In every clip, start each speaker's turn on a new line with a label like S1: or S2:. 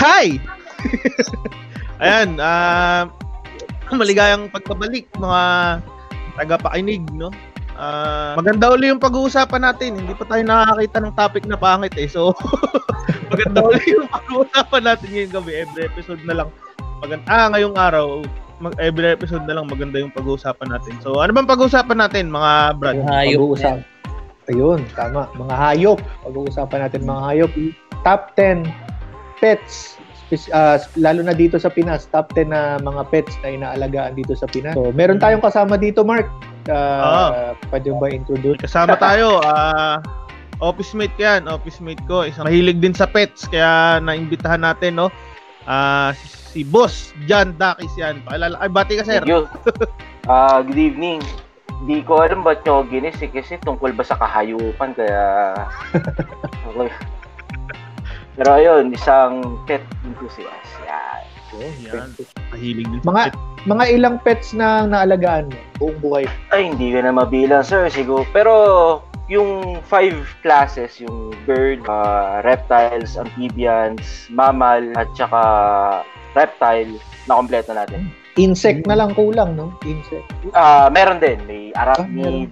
S1: Hi! Ayan, ah, maligayang pagpabalik mga tagapakinig, no? Ah, maganda uli yung pag-uusapan natin. Hindi pa tayo nakakita ng topic na pangit eh. So, maganda uli yung pag-uusapan natin ngayong gabi. Every episode na lang. Maganda, ah, ngayong araw, mag, every episode na lang maganda yung pag-uusapan natin. So, ano bang pag-uusapan natin, mga brad?
S2: Yung hayop
S3: Pag-uusap. Ayun, tama. Mga hayop. Pag-uusapan natin mga hayop. Top 10 pets. Spec- ah, sp- lalo na dito sa Pinas. Top 10 na mga pets na inaalagaan dito sa Pinas. So, meron tayong kasama dito, Mark. Ah, Pwede mo ba introduce?
S1: May Kasama tayo, ah office mate ko yan, office mate ko. Isang mahilig din sa pets, kaya naimbitahan natin, no? Ah, si Boss John Dakis yan. Pakilala, ay, bati ka, sir.
S2: Thank you. Ah, good evening. Di ko alam ba't nyo ako ginis eh, kasi tungkol ba sa kahayupan kaya... Okay. Pero ayun, isang pet enthusiast. Yan.
S1: Oh, Yan. Mahilig din
S3: Mga-
S1: pets.
S3: Mga ilang pets na naalagaan mo buong buhay.
S2: Ay, hindi ko na mabilang sir, siguro. Pero yung five classes, yung bird, ah, reptiles, amphibians, mammal, at saka reptile, na kompleto natin.
S3: Insect na lang kulang, no? Insect.
S2: Ah, meron din, may
S3: Ah,
S2: arachnid.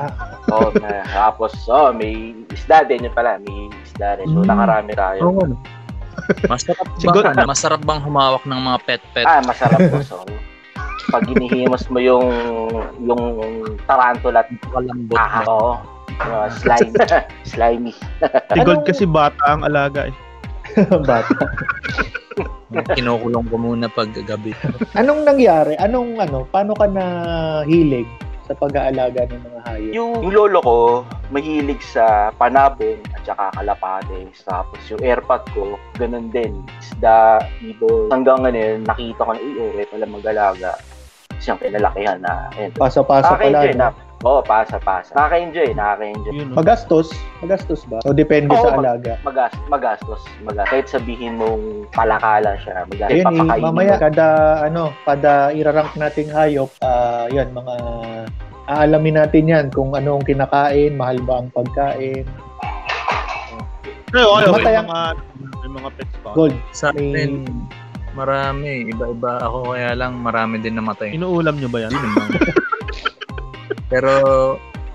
S3: Ah.
S2: oh, may, tapos oh, may isda din yun pala, may isda rin. So
S3: Mm.
S2: nakarami tayo.
S3: Oo, ano?
S4: Masarap
S1: Siguro-
S4: bang, masarap bang humawak ng mga pet-pet?
S2: Ah, masarap po so. Pag inihimas mo yung yung tarantula at
S4: Kalambot
S2: ah,
S4: na.
S2: oo. Uh, slime. Slimy.
S1: Si Gold
S3: Anong-
S1: kasi bata ang alaga eh.
S3: Bata.
S4: Kinukulong ko muna pag gabi.
S3: Anong nangyari? Anong ano? Paano ka nahilig sa pag-aalaga ng mga hayop?
S2: Yung, yung lolo ko, mahilig sa panabong at saka kalapates. Tapos yung airpot ko, ganun din. Isda, ibon. Hanggang ngayon, nakita ko na, uy, okay pala mag-alaga. Siyang pinalakihan na, ayun.
S3: Pasa-pasa pala.
S2: Nakaka-enjoy
S3: No?
S2: na. Oo, pasa-pasa. Nakaka-enjoy, nakaka-enjoy.
S1: Yun, no?
S3: Mm-hmm. Magastos? Magastos ba? O depende
S2: Oo,
S3: sa
S2: mag-
S3: alaga?
S2: Magastos, magastos, magastos. Kahit sabihin mong palakala siya, magastos.
S3: Ayun, eh,
S2: Papakainin
S3: mamaya
S2: mo.
S3: kada ano, kada irarank nating hayop, ah, 'yan mga aalamin natin 'yan kung ano ang kinakain, mahal ba ang pagkain.
S1: Pero okay, okay.
S3: Mataya-
S1: May mga, may mga pets pa.
S3: Gold.
S4: Sa
S3: May-
S4: akin, marami. Iba-iba ako kaya lang marami din namatay.
S1: Inuulam nyo ba yan?
S4: Pero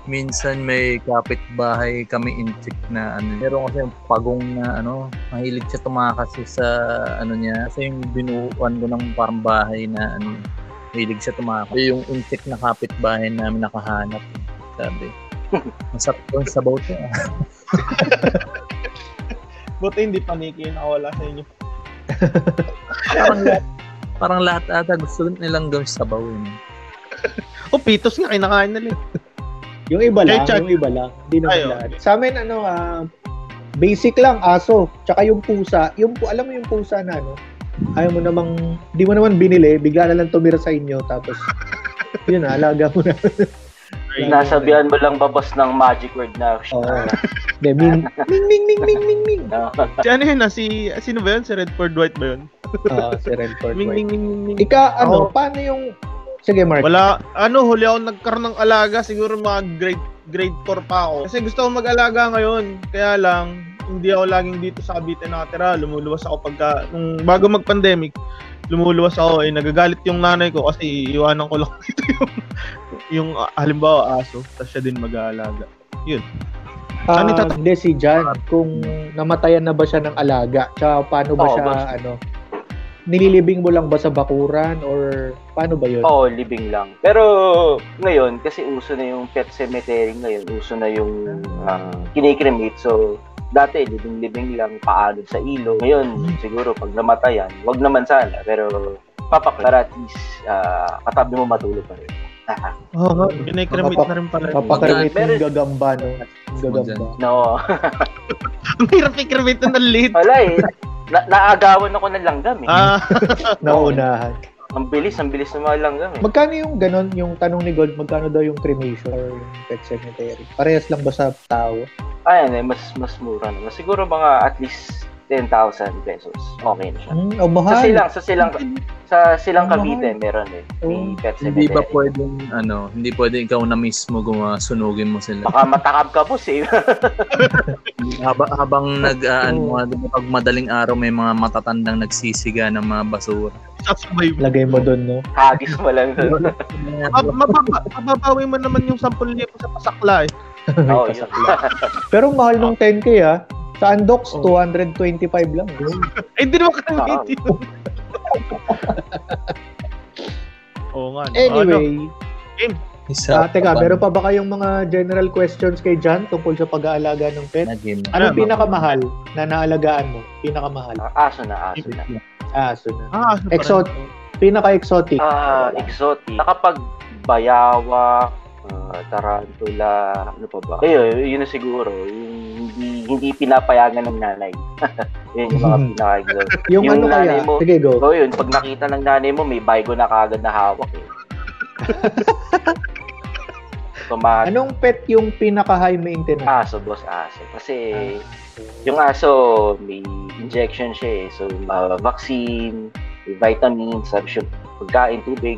S4: minsan may kapitbahay kami intik na ano. Meron kasi yung pagong na ano, mahilig siya tumakas sa ano niya. Kasi yung binuuan ko ng parang bahay na ano, mahilig siya tumakas. Yung intik na kapitbahay namin nakahanap. Sabi, masarap yung sabaw to. ah."
S1: Buti hindi panikin, nakawala sa inyo.
S4: parang lahat, parang lahat ata gusto nilang gawin sabaw eh. yun.
S1: Oh, pitos nga, kinakain nila. eh.
S3: Yung iba lang,
S1: Richard.
S3: yung iba lang. Hindi naman
S1: Ayun.
S3: lahat. Sa amin ano, ah, basic lang aso, tsaka yung pusa. Yung pu- alam mo yung pusa na ano, ayaw mo namang, di mo naman binili, bigla na lang tumira sa inyo, tapos yun, na, alaga mo na.
S1: Ay,
S2: Nasabihan mo lang babas ng magic word na,
S3: Oo. De, min, ming, ming, ming, ming, ming, ming.
S1: Si ano yun, ah, si, sino ba yun? Si Redford White ba yun?
S3: Oo, si Renford.
S1: Ming, ming, ming, ming, ming.
S3: Ika, ano,
S1: Ako-
S3: paano yung... Sige, Mark.
S1: Wala, ano, huli ako nagkaroon ng alaga, siguro mga grade grade 4 pa ako. Kasi gusto ko mag-alaga ngayon, kaya lang, hindi ako laging dito sa Cavite nakatira. Lumuluwas ako pagka, nung bago mag-pandemic, lumuluwas ako, eh, nagagalit yung nanay ko kasi iwanan ko lang dito yung, yung ah, halimbawa, aso, tapos siya din mag-aalaga.
S3: Ah,
S1: Ano ito?
S3: hindi, si Jan, kung namatayan na ba siya ng alaga, tsaka paano ba
S2: Oo,
S3: siya,
S2: basta.
S3: ano, nililibing mo lang ba sa bakuran or paano ba yun?
S2: Oo, living lang. Pero ngayon, kasi uso na yung pet cemetery ngayon, uso na yung ah, kinikremate. So, dati living-living lang, paalod sa ilo. Ngayon, siguro pag namatayan, wag naman sana, pero papak para at least ah, katabi mo matulog pa rin.
S3: Oo nga.
S1: Kinay-cremate
S3: Mapapa-
S1: na rin pala.
S3: Papakarmit
S2: Meron-
S3: yung gagamba, no? Yung gagamba.
S2: No,
S1: Ang hirap i-cremate na late.
S2: wala eh. Na naagawan ako ng langgam eh.
S1: Ah,
S3: Naunahan.
S2: Ang bilis, ang bilis ng mga langgam eh.
S3: Magkano yung ganon, yung tanong ni Gold, magkano daw yung cremation or yung pet cemetery? Parehas lang ba sa tao?
S2: Ayan eh, mas, mas mura naman. Siguro mga at least 10,000 pesos. Okay na siya.
S3: Hmm, oh,
S2: Sa
S3: mahal.
S2: silang, sa silang, sa silang
S3: Ang
S2: Cavite meron eh. May pet
S4: Hindi ba
S2: cemetery.
S4: pwedeng ano, hindi pwedeng ikaw na mismo gumawa, sunugin mo sila.
S2: Baka matakab ka po eh.
S4: Habang, habang nag-aan mo, ah, pag madaling araw may mga matatandang nagsisiga ng mga basura.
S1: Sasabay mo.
S3: Lagay mo doon, no?
S2: Hagis mo lang doon.
S1: Mab- mababa- Mababawi mo naman yung 10,000 sa pasakla eh.
S2: Oo, yun.
S3: Pero ang mahal ng 10K, ah. Sa Andox,
S2: Oh.
S3: 225 lang.
S1: Ay, hindi naman kami yun. Oo nga.
S2: Ah,
S1: no? Ano?
S3: Anyway,
S4: Isa
S3: ah, teka, meron pa ba kayong mga general questions kay John tungkol sa pag-aalaga ng pet?
S4: na game.
S1: Ano
S3: Anong pinakamahal na naalagaan mo? Pinakamahal.
S2: Aso na, aso na.
S3: Aso na.
S1: Ah, ano pa rin?
S3: Exo- Pinaka-exotic.
S2: Ah, exotic. Nakapag bayawa, ah, tarantula, ano pa ba? Ayun, yun na siguro. Yung hindi, hindi pinapayagan ng nanay. yun yung mga pinaka-exotic.
S3: yung,
S2: yung
S3: ano kaya?
S2: nanay mo.
S3: Sige, go.
S2: So yun, pag nakita ng nanay mo, may baygo na kagad na hawak eh. Tumakas.
S3: Anong pet yung pinaka-high maintenance?
S2: Aso, boss, aso. Kasi yung aso, may injection siya eh. So, ma- vaccine, may vitamins, sabi siya, pagkain, tubig.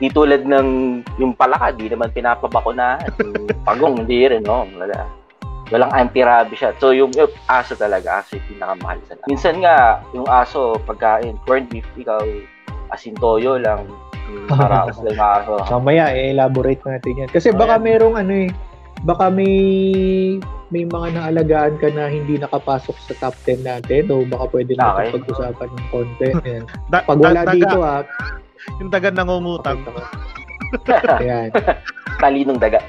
S2: Di tulad ng yung palaka, di naman pinapabakunahan. Yung pagong, hindi rin, no? Wala. Walang anti-rabi siya. So, yung, yung aso talaga, aso yung pinakamahal sa lahat. Minsan nga, yung aso, pagkain, corned beef, ikaw, asintoyo lang, yung paraos lang yung aso.
S3: Mamaya, i-elaborate natin yan. Kasi baka
S2: Ayan.
S3: merong ano eh, baka may may mga naalagaan ka na hindi nakapasok sa top 10 natin. So baka pwede natin
S2: Okay.
S3: pag-usapan ng konti. Ayan.
S1: Da-
S3: Pag wala
S1: da-
S3: dito
S1: daga-
S3: ah,
S1: Yung taga nangungutang.
S3: pakita ko. Ayan.
S2: Talinong daga.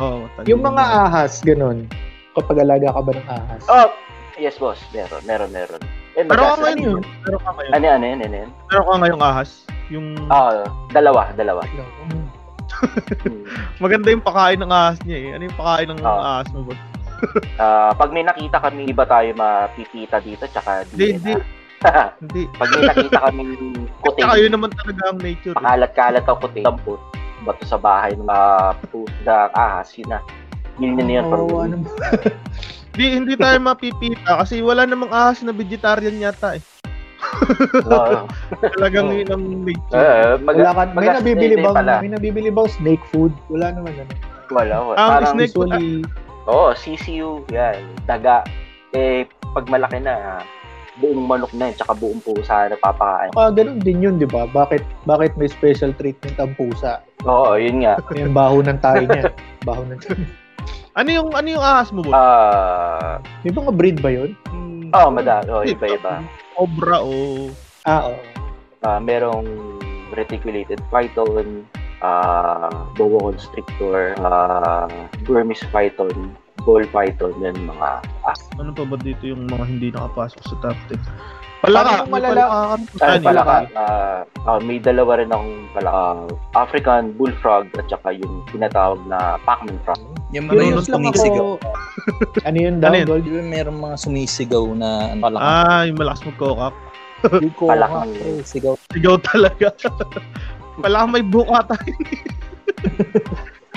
S1: Oo, taga-
S3: Yung mga ahas, ganun. Kapag alaga ka ba ng ahas?
S2: Oh, yes, boss. Meron, meron, meron. Eh,
S1: Pero ka
S3: ano
S2: magkasa-
S1: ngayon yun. Pero ka ngayon.
S2: Ano yan, ano yan, ano yan?
S1: Pero ka ngayong ahas. Yung
S2: Ah, dalawa, dalawa. Hmm.
S1: maganda yung pakain ng ahas niya eh. Ano yung pakain ng
S2: Ah.
S1: ahas mo ba?
S2: Ah, pag may nakita kami, iba tayo mapipita dito, tsaka
S1: Hindi,
S2: DNA.
S1: hindi. Hindi.
S2: pag may nakita kami
S1: At saka yun
S2: kuting,
S1: naman talaga ang nature. eh.
S2: pakalat-kalat ang kuting, tampot, bato sa bahay ng mga pusda, ahas, yun na. Yun yun na yun.
S3: Oo, ano ba?
S1: Hindi, hindi tayo mapipita kasi wala namang ahas na vegetarian yata eh.
S2: Oo.
S1: Talagang
S2: Oh.
S1: yun ang nature.
S2: Eh, mag-
S3: Wala ka, may
S2: mag-
S3: nabibili
S2: hindi
S3: bang,
S2: pala.
S3: may nabibili bang snake food? Wala naman ano.
S2: Wala, wala.
S1: Ang
S2: Parang,
S1: snake-
S3: Usually,
S2: oo, CCU, yan, daga. Eh, pag malaki na, buong manok na yun, tsaka buong pusa na papakain.
S3: ah, ganun din yun, di ba? Bakit, bakit may special treatment ang pusa?
S2: Oo, yun nga.
S3: Yung baho ng tayo niya. Baho ng tayo.
S1: Ano yung ano yung ahas mo Hmm. ba?
S2: Ah,
S3: May mga breed ba yun?
S2: oh, madami. Oh, iba-iba.
S1: Cobra o
S3: Ah, oo.
S2: Ah, merong reticulated python, ah, boa constrictor, ah, Burmese python, ball python, yan mga as.
S1: ano pa ba dito yung mga hindi nakapasok sa top 10? Palaka.
S3: Paano mo malala-
S2: Ah,
S1: Ano palaka?
S2: palaka, ah, ah, may dalawa rin akong palaka, African bullfrog at saka yung tinatawag na Pacman frog.
S4: Yung mga yung
S3: Curious lang
S4: sumisigaw.
S3: ako. ano yun daw,
S1: Ano yun?
S3: Gold?
S4: Di ba merong mga sumisigaw na ano, palakang?
S1: Ah, yung malakas magkokak.
S4: Hindi ko
S2: palakang.
S4: eh, sigaw.
S1: Sigaw talaga. palaka may buka tayo.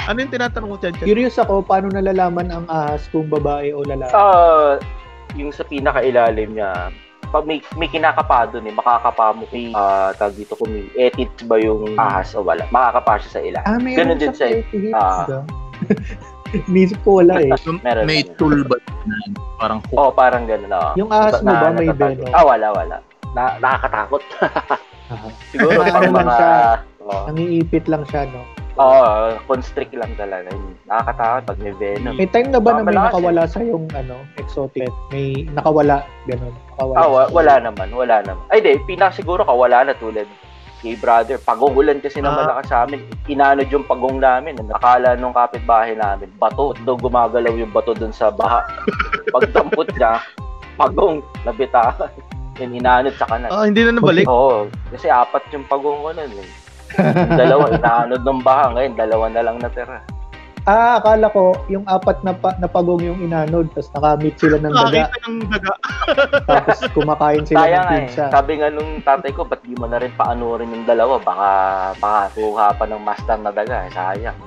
S1: ano yung tinatanong ko dyan? Chan?
S3: Curious ako, paano nalalaman ang ahas kung babae o lalaki?
S2: Ah, yung sa pinakailalim niya, pag may, may kinakapa doon eh, makakapa mo kay, ah, tawag dito kung may etits ba yung ahas o wala. Makakapa siya sa ilan.
S3: Ah, mayroon
S2: Ganun din
S3: sa
S2: siya eh.
S3: Philippines,
S2: Ah.
S3: ah. Inisip ko wala eh.
S2: Meron.
S4: May
S2: ganun.
S4: tool ba na parang hook?
S2: Oo, parang gano'n na.
S3: Yung ahas mo ba may
S2: natatag-
S3: venom?
S2: Ah, wala, wala. Na, nakakatakot.
S3: Aha.
S2: Siguro
S3: Ah,
S2: pang
S3: ano lang
S2: mga...
S3: siya?
S2: Oo,
S3: Nangiipit lang siya, no?
S2: oh, constrict lang talaga. yun. Nakakatakot pag may venom.
S3: May time na ba na may
S2: Mamalakas eh.
S3: nakawala sa yung ano, exotic? May nakawala, ganun. Nakawala.
S2: Ah, wa-
S3: sa-
S2: wala naman, wala naman. Ay, di, pinakasiguro ka, wala na tulad kay brother. Pagungulan kasi na
S1: Ah.
S2: malakas sa amin. Inanod yung pagong namin. Nakala nung kapitbahay namin, bato. Daw gumagalaw yung bato dun sa baha. Pagtampot niya, pagong, nabitakan. Yan, inanod sa kanan.
S1: Ah, hindi na nabalik.
S2: Oo, kasi apat yung pagong ko nun eh. Yung dalawa, inaanod ng baha. Ngayon, dalawa na lang natira.
S3: Ah, akala ko yung apat na, pa, na pagong yung inanod, tapos nakamit sila ng daga,
S1: Nakakita ng daga.
S3: tapos kumakain sila
S2: Kaya
S3: ng
S2: nga eh.
S3: pizza.
S2: Sabi nga nung tatay ko, ba't di mo na rin paanurin yung dalawa? Baka, baka kuha pa ng master na daga. eh, Sayang.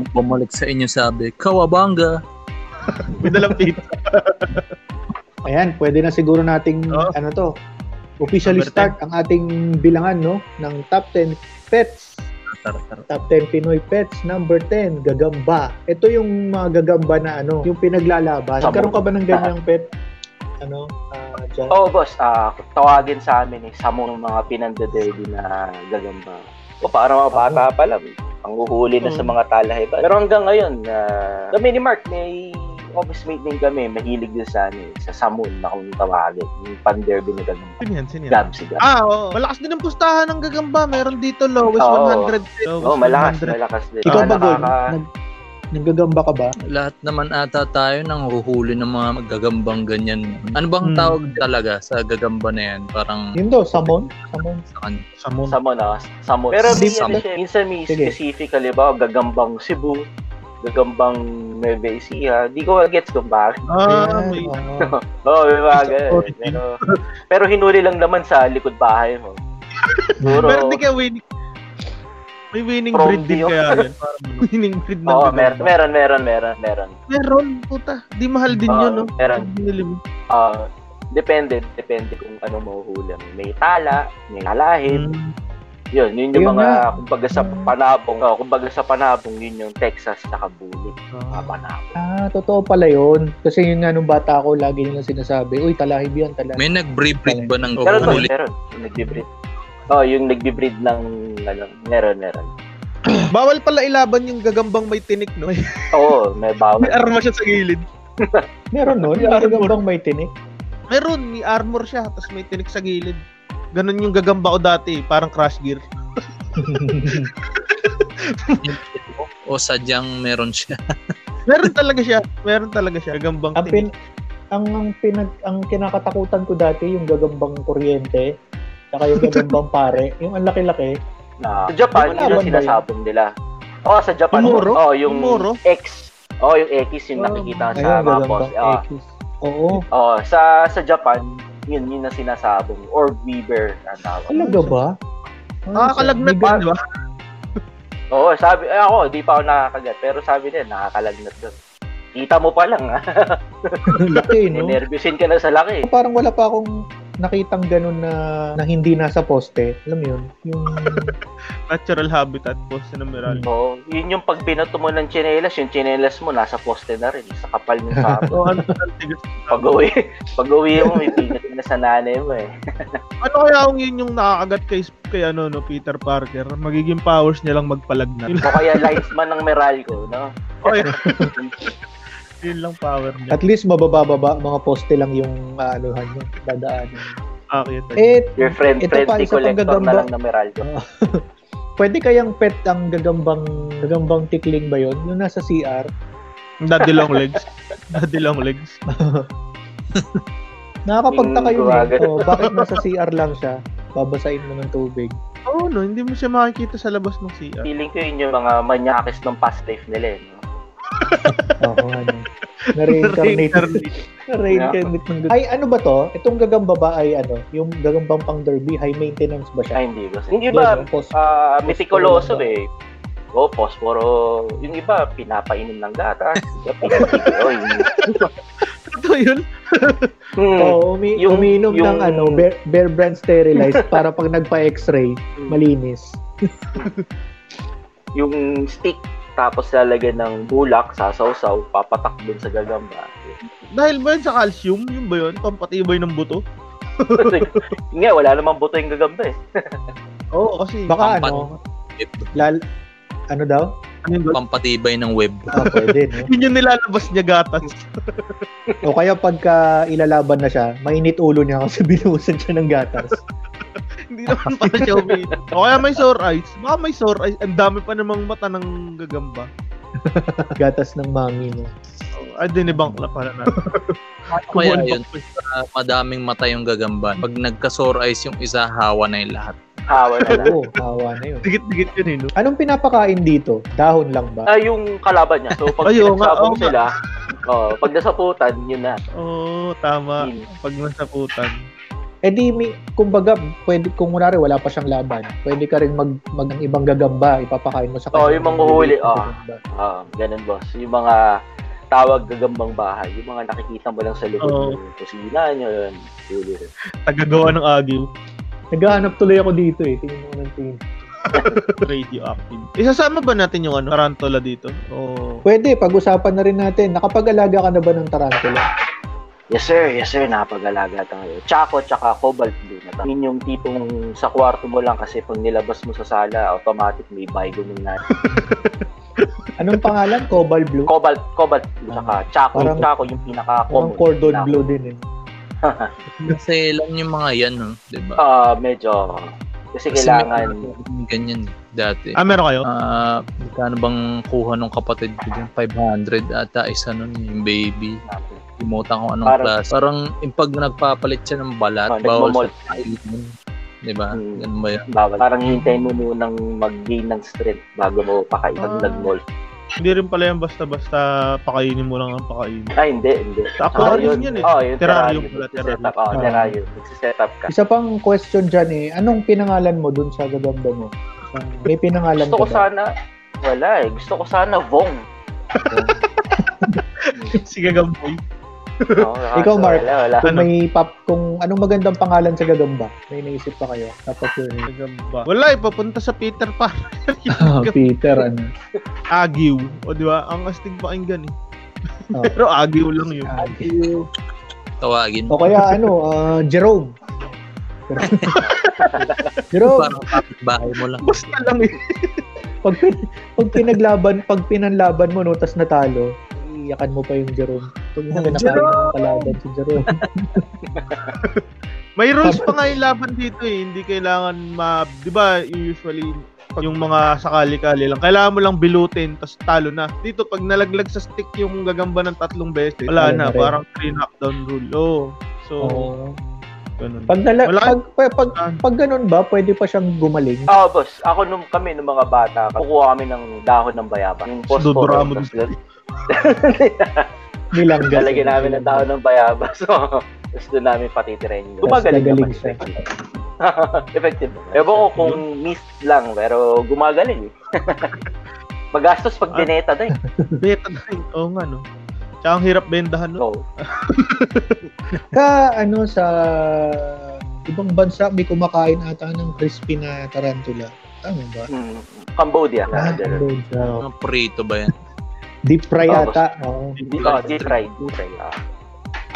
S4: Nung Bumalik sa inyo sabi, Kawabanga!
S1: May dalang pizza.
S3: Ayan, pwede na siguro nating,
S1: Oo.
S3: ano to, officially
S1: Number
S3: start ang ating bilangan, no? Ng top 10 pets.
S4: tartar.
S3: Top 10 Pinoy Pets. Number 10, gagamba. Ito yung mga gagamba na ano, yung pinaglalaban.
S2: Sabog.
S3: Nagkaroon ka ba ng ganyang pet? Ano? ah, Jan?
S2: Oo, boss. ah tawagin sa amin eh, sa mga mga pinandaderby na gagamba. O, parang mga bata pa lang. eh. Ang uhuli na sa
S3: Mm.
S2: mga talahiban. Pero hanggang ngayon, ah, kami ni Mark, may office mate din kami, mahilig din sa, ano, eh, sa Samun na kung tawagin. Yung panderby na gagamba.
S1: Sino yan? Sino yan?
S2: Gab si Gab.
S1: Ah, oo. Malakas din ang pustahan ng gagamba. Meron dito lowest
S2: Oo.
S1: 100. Lowest
S2: Oo, Oh, malakas,
S1: 100.
S2: malakas din.
S3: Ikaw
S2: Ah,
S3: ba, Gol?
S2: nakaka-
S3: Nag- naggagamba ka ba?
S4: Lahat naman ata tayo nang huhuli ng mga gagambang ganyan. Ano
S1: Hmm.
S4: bang tawag talaga sa gagamba na yan? Parang
S3: Yun daw, samon? Samon?
S4: sa kan-
S1: Samon.
S2: Samon, ah. Samon. Pero may, ano
S4: Samon.
S2: siya, minsan may
S3: Sige.
S2: specific, halimbawa, gagambang Cebu, gagambang Nueva Ecija. Di ko gets kung bakit.
S1: Ah,
S3: Ayan,
S1: may...
S3: oo.
S2: Oo, Oh, may mga ganun.
S1: Sorry.
S2: Pero, pero hinuli lang naman sa likod bahay mo. Siguro,
S1: Meron din kaya winning. May winning
S2: From
S1: breed din
S2: Dio.
S1: kaya yan. Parang winning breed ng
S2: Oo,
S1: gagamba.
S2: mer- meron, meron, meron, meron.
S1: Meron, puta. Di mahal din
S2: Oo,
S1: yun, no?
S2: meron.
S1: Pag binili mo.
S2: Ah, depende, depende kung ano mahuhuli. May tala, may alahin.
S1: Mm.
S2: Yun, yun yung
S3: Yun
S2: mga,
S3: nga.
S2: kumbaga sa panabong, oh, kumbaga sa panabong, yun yung Texas sa Kabuli. Mga panabong.
S3: Ah, totoo pala yun. Kasi yun nga nung bata ko, lagi nila sinasabi, Uy, talahib yan, talahib.
S4: May nag-breed ba ng
S2: Meron to,
S4: huhuli?
S2: meron. Yung nagbe-breed. Oh, yung nagbe-breed ng, ano, meron, meron.
S1: Bawal pala ilaban yung gagambang may tinik, no? May
S2: Oo, may bawal.
S1: armor siya sa gilid.
S3: Meron nun?
S1: Meron
S3: Gagambang may tinik?
S1: Meron, may armor siya, tapos may tinik sa gilid. Ganun yung gagamba ko dati, parang crash gear.
S4: O sadyang meron siya?
S1: Meron talaga siya. Meron talaga siya. Gagambang
S3: ang pin
S1: tinik.
S3: ang ang pinag ang kinakatakutan ko dati yung gagambang kuryente saka yung gagambang pare yung ang laki-laki
S2: na sa
S3: Yung
S2: Japan, yun ang
S3: laban ba
S2: sinasabong nila. Oo, sa Japan.
S1: Kumuro?
S2: Oo, yung
S1: Kumuro?
S2: X. Oo, yung X yung
S1: Oh,
S2: nakikita
S3: Ah, ayun
S2: sa mga
S3: gagambang
S2: boss. Oo,
S3: X. oo
S2: Oo, sa, sa Japan, yun, yun ang sinasabong. Or Weaver, ang tawag.
S3: talaga ba
S1: Nakakalagnat
S3: Ah, pa
S1: pa, di ba?
S2: Oo, sabi, eh, ako, di pa ako nakakagat. Pero sabi nila, nakakalagnat doon. Kita mo pa lang, ha?
S3: laki no
S2: Inervusin ka na sa laki.
S3: parang wala pa akong nakitang ganun na, na hindi nasa poste alam mo yun yung
S1: Natural habitat po sa numeral.
S2: Oo, yun yung pag binato mo ng chinelas, yung chinelas mo nasa poste na rin, sa kapal ng sapo.
S1: So,
S3: Oh,
S1: ano, ang tigas.
S2: Pag-uwi, pag-uwi mo, may pinat na sa nanay mo eh.
S1: ano kaya kung yun yung nakakagat kay, kay ano, no, Peter Parker? Magiging powers niya lang magpalagnat.
S2: O kaya linesman ng Meralco, no?
S1: Oh, yun. yun lang power niya.
S3: at least mabababa mga poste lang yung uh, anuhan niya dadaanan
S1: Akin.
S3: eh
S2: Your friend,
S3: Ito
S2: friend,
S3: pa,
S2: di
S3: isa pang
S2: collector na
S3: gagamba.
S2: lang na Meralco.
S3: pwede kayang pet ang gagambang gagambang tikling ba yun yung nasa CR
S1: Daddy long legs. Daddy long legs.
S3: Nakakapagtaka
S2: Yung
S3: yun eh.
S2: gumagano.
S3: Oh, bakit nasa CR lang siya? Babasain mo ng tubig.
S1: Oo, no, hindi mo siya makikita sa labas ng CR.
S2: Feeling ko yun yung mga manyakis ng past life nila eh. no?
S3: Oo, ano. Na-reincarnate. Na-reincarnate ng gagamba. Ay, ano ba to? Itong gagamba ba ay ano? Yung gagambang pang derby, high maintenance ba siya?
S2: Ay, hindi ba? Yung iba,
S3: Yun, post-
S2: ah, mitikuloso eh. Oh, posporo. Yung iba, pinapainom ng gatas. Yung iba, pinapainom.
S1: Ito yun.
S2: Hmm.
S3: Oo, umi-
S2: yung-
S3: umiinom ng
S2: yung-
S3: ano, Bear, Bear Brand sterilized para pag nagpa-x-ray,
S2: Hmm.
S3: malinis.
S2: yung stick tapos lalagyan ng bulak, sasawsaw, papatak dun sa gagamba.
S1: Dahil ba yun sa calcium? Yun ba yun? Pampatibay ng buto?
S2: Nga, wala namang buto yung gagamba eh.
S1: Oo, kasi...
S3: Baka ano,
S4: Pampan-
S3: lal... Ano daw?
S1: ano yun?
S4: Pampatibay ng web.
S3: Ah, pwede, no?
S1: Yun yung nilalabas niya gatas.
S3: O kaya pagka ilalaban na siya, mainit ulo niya kasi binuhusan siya ng gatas.
S1: Hindi naman para siya umiinom. O kaya may sore eyes. Baka may sore eyes. Ang dami pa namang mata ng gagamba.
S3: Gatas ng mami, no?
S1: Oh, Ay, dinibang na pala natin.
S4: Kaya
S1: Kumuha
S4: yun,
S1: ng bakla.
S4: ah, madaming mata yung gagamba. Pag nagka-sore eyes yung isa, hawa na yung lahat.
S2: Hawa na lang.
S3: Oo, hawa na yun.
S1: Dikit-dikit yun eh, no?
S3: Anong pinapakain dito? Dahon lang ba?
S2: Ah, yung kalaban niya. So, pag
S1: Ay, oo nga,
S2: pinagsabong
S1: oo nga.
S2: sila, oh, pag nasaputan, yun na.
S1: Oo, tama.
S2: Yun.
S1: Pag nasaputan.
S3: Eh di, may, kumbaga, pwede, kung kunwari wala pa siyang laban, pwede ka rin mag, mag ng ibang gagamba, ipapakain mo sa
S2: Oo,
S3: kanya.
S2: yung manghuhuli,
S3: Yung
S2: ah.
S3: gagamba.
S2: Ah, ganun boss. Yung mga tawag gagambang bahay, yung mga nakikita mo lang sa likod
S1: Oo.
S2: ng kusina nyo, yun. Dulo rin.
S1: Tagagawa ng agyo.
S3: Naghahanap tuloy ako dito eh. Tingin mo ng tingin.
S1: Radioactive. Isasama ba natin yung ano, tarantula dito? O...
S3: Pwede, pag-usapan na rin natin. Nakapag-alaga ka na ba ng tarantula?
S2: Yes sir, yes sir, napag-alaga tayo. Chaco tsaka cobalt blue na tayo. Yun yung tipong sa kwarto mo lang kasi pag nilabas mo sa sala, automatic may bygone na.
S3: Anong pangalan? Cobalt Blue?
S2: Cobalt, cobalt blue tsaka chaco.
S3: Ah. Parang-
S2: chaco yung pinaka-common.
S3: Parang cordon
S2: na-
S3: blue din eh.
S4: Kasi lang yung mga yan, no? Diba?
S2: Ah, medyo. Kasi
S4: Kasi
S3: ano
S2: kailangan,
S4: may mga ganyan dati.
S1: Ah, meron kayo?
S4: Ah, magkano bang kuha nung kapatid ko dyan? 500 ata isa nun yung baby. Limutan ko anong
S2: Parang-
S4: class. Parang yung pag nagpapalit siya ng balat,
S2: Oh,
S4: bawal
S2: nagmamol.
S4: sa kailan. Diba?
S2: Hmm.
S4: Ganun ba yun?
S2: bawal. Parang hintayin mo munang mag-gain ng strength bago mo pakain
S1: Ah.
S2: pag nag-mall.
S1: Hindi rin pala yan basta-basta pakainin mo lang ang pakainin.
S2: Ay, hindi, hindi.
S1: Sa
S2: Tsaka
S1: aquarium yan eh.
S2: Oh, yun,
S1: Terrarium
S2: terrarium.
S1: pala,
S2: Set up, oh,
S3: terrarium.
S2: terrarium. Set up ka.
S3: Isa pang question dyan eh. Anong pinangalan mo dun sa gagamba mo? May pinangalan ka
S2: Gusto ko
S3: ba?
S2: sana, wala eh. Gusto ko sana Vong.
S1: si Gagamboy.
S2: No,
S3: Ikaw,
S2: Ah, kaso
S3: Mark.
S2: Wala, wala.
S3: Kung
S1: Ano?
S3: may pap, kung anong magandang pangalan sa gagamba? May naisip pa kayo? Tapos yun.
S1: Gagamba. Wala eh, papunta sa Peter pa.
S3: Ah, Peter, ano?
S1: Agiw. O di ba? Ang astig pakinggan eh.
S3: Oh.
S1: Pero agiw lang yun.
S3: Ah,
S4: Tawagin.
S3: O kaya ano, ah, Jerome. Jerome,
S4: Parang kapitbahay mo lang.
S1: Basta lang eh.
S3: pag, pin- pag pinaglaban, pag pinanlaban mo, no, tas natalo, iiyakan mo pa yung Jerome. Kung na nakain ng kalaban si Jerome.
S1: May rules pa nga yung laban dito eh. Hindi kailangan ma... Di ba usually pag yung mga sakali-kali lang, kailangan mo lang bilutin, tapos talo na. Dito, pag nalaglag sa stick yung gagamba ng tatlong beses, wala
S3: Talo na
S1: na,
S3: rin.
S1: parang three knockdown rule. Oh, so,
S3: Oo.
S1: ganun.
S3: pag, nala-
S1: Wala-
S3: pag, pag, pag,
S1: Ah.
S3: pag ganun ba, pwede pa siyang gumaling?
S2: Ah, boss, ako nung kami nung mga bata, kukuha kami ng dahon ng bayabas. Yung post ko.
S1: Dudura mo dun.
S3: Nilang
S2: Lalagyan namin ng dahon ng bayabas. So, tapos doon namin patitirain yun.
S3: Tapos
S2: Gumagaling
S3: gagaling
S2: naman.
S3: siya.
S2: Effective. Effective. Ewan ko kung missed lang, pero gumagaling eh. Magastos pag bineta na
S3: Ah.
S2: eh.
S1: Beta na yun. Oo nga, no. Tsaka ang hirap bendahan, no?
S2: So,
S3: Ka, ano, sa ibang bansa, may kumakain ata ng crispy na tarantula. Tama ba?
S2: mm, Cambodia.
S3: Ah,
S2: Ganun.
S3: doon siya.
S4: Mga prito ba yan?
S3: Deep fry
S2: Tapos-
S3: ata. Oo.
S2: Di ba? Di try. Di try. Ah.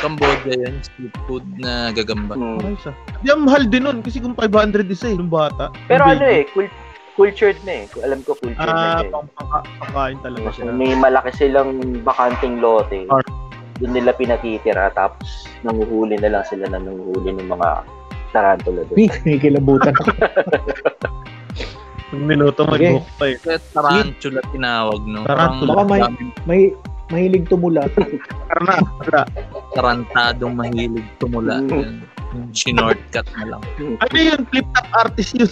S4: Cambodia yan, street food na gagamba.
S2: Mm.
S1: Ayos ah. Di ang mahal din nun kasi kung 500 isa eh, nung bata.
S2: Pero
S1: Yung
S2: ano
S1: baby.
S2: eh, cul- cultured na eh. Alam ko cultured
S1: Ah,
S2: na eh.
S1: pang pang- pangkain talaga
S2: Mas
S1: siya.
S2: may malaki silang bakanting lote.
S3: Ah.
S1: Or-
S2: Doon nila pinatitira tapos nanguhuli na lang sila na nanguhuli ng mga tarantula doon.
S3: Uy, may kilabutan ako.
S1: Pag minuto may
S3: Okay.
S1: buhok pa eh.
S4: Kasi tarantula tinawag, no?
S1: Tarantula.
S3: Baka may-
S4: daming
S3: May, mahilig tumula.
S1: Karna, karna.
S4: tarantadong mahilig tumula.
S2: Mm.
S4: Yan. Sinortcut na lang.
S2: Hmm.
S1: Ano yun? Flip-top artist yun.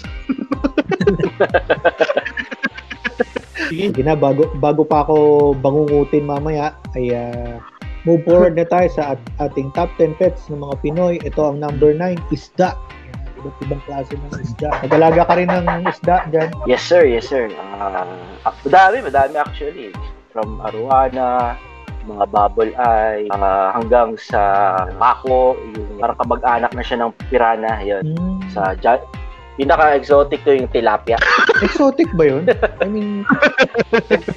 S1: Sige.
S3: Sige na, bago, bago pa ako bangungutin mamaya, ay ah, move forward na tayo sa at- ating top 10 pets ng mga Pinoy. Ito ang number 9, isda. Ayan, Iba't ibang klase ng isda. Nag-alaga ka rin ng isda dyan.
S2: Yes sir, yes sir. Ah, ah, madami, madami actually. From Aruana, mga bubble eye, ah, hanggang sa Paco, yung parang kamag-anak na siya ng pirana, yun.
S3: Hmm.
S2: Sa ja- pinaka-exotic ko yung tilapia.
S3: Exotic ba yun? I mean,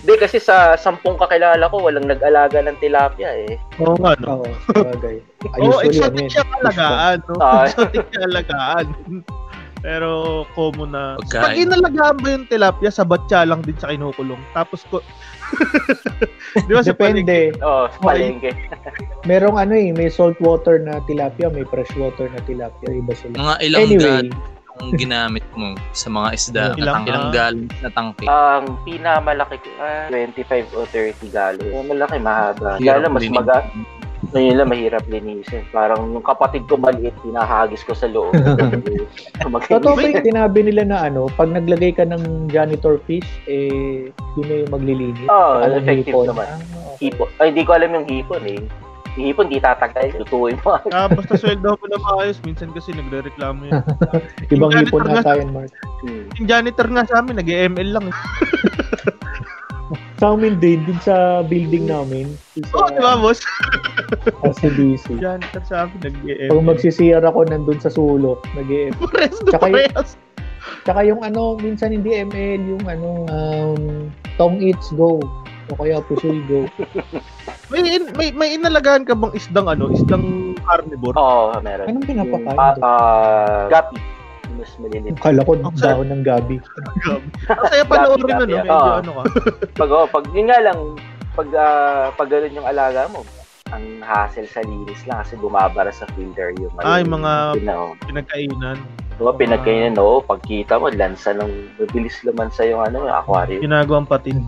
S2: Hindi kasi sa sampung kakilala ko, walang nag-alaga ng tilapia eh.
S1: Oo nga, no?
S3: oo, sabagay. Ah,
S1: Oo,
S3: usually, ano
S1: exotic
S3: yun?
S1: siya alagaan, no?
S2: Ah.
S1: Exotic siya alagaan. Pero common na.
S4: Pagkain.
S1: Pag inalagaan mo yung tilapia, sa batya lang din siya kinukulong. Tapos ko... Di ba sa
S3: Depende.
S1: palengke?
S2: Oo, Oh, sa palengke.
S3: Merong ano eh, may salt water na tilapia, may fresh water na tilapia. Iba sila.
S4: Mga ilang
S3: Anyway,
S4: yung ginamit mo sa mga isda?
S1: Ilang-
S4: Ilang, ilang galon na tangke?
S2: Ang pinamalaki ko, ah, 25 o 30 galo. Ang malaki, mahaba. Kaya lang, mas
S4: Linin-
S2: maga... Ngayon Ano lang, mahirap linisin. Parang yung kapatid ko maliit, hinahagis ko sa loob.
S3: Totoo ba
S2: Kumagin.
S3: yung tinabi nila na ano, pag naglagay ka ng janitor fish, eh, yun na yung maglilinis?
S2: Oo,
S3: Ano,
S2: effective
S3: hipon?
S2: naman.
S3: Ah, okay.
S2: Hipon. Ay, hindi ko alam yung hipon eh. Yung hipon, di tatagal. Tutuin mo.
S1: Ah, basta sweldo mo na maayos. Minsan kasi nagre-reklamo yun.
S3: Ibang
S1: Yung janitor
S3: hipon na
S1: nga-
S3: tayo, Mark.
S2: Hmm.
S1: Yung janitor nga sa amin, nag-ML lang. eh.
S3: Sa amin din, din sa building namin. dun Sa,
S1: Oo, Oh, di ba, boss?
S3: RCBC.
S1: Janitor sa amin, nag-ML.
S3: Pag magsisira ako nandun sa sulok, nag
S1: Pares na
S3: Tsaka yung-
S1: parehas.
S3: Tsaka yung ano, minsan hindi ML, yung ano, um, Tong Eats Go. O kaya Pusul Go.
S1: May, in- may, may inalagaan ka bang isdang ano, isdang carnivore?
S2: Oo, meron.
S3: Anong pinapakain
S2: Yung, ah,
S3: doon?
S2: ah, gapi. Yung Mas malilit.
S3: Akala ko
S1: Ang sarap.
S3: dahon ng gabi.
S1: Masaya panoorin
S2: Gabi,
S1: ano,
S2: gabi,
S1: medyo
S2: ah.
S1: ano ka.
S2: Pag, oh, pag, yun nga lang, pag, ah, pag ganun yung alaga mo, ang hassle sa linis lang kasi bumabara sa filter yung
S1: Ay, mga-
S2: yun na, oh.
S1: Pinagkainan.
S2: Diba, pinagkainan, oo, pagkita mo, lansa ng mabilis laman sa yung ano, yung aquarium.
S1: Ginagawang patin.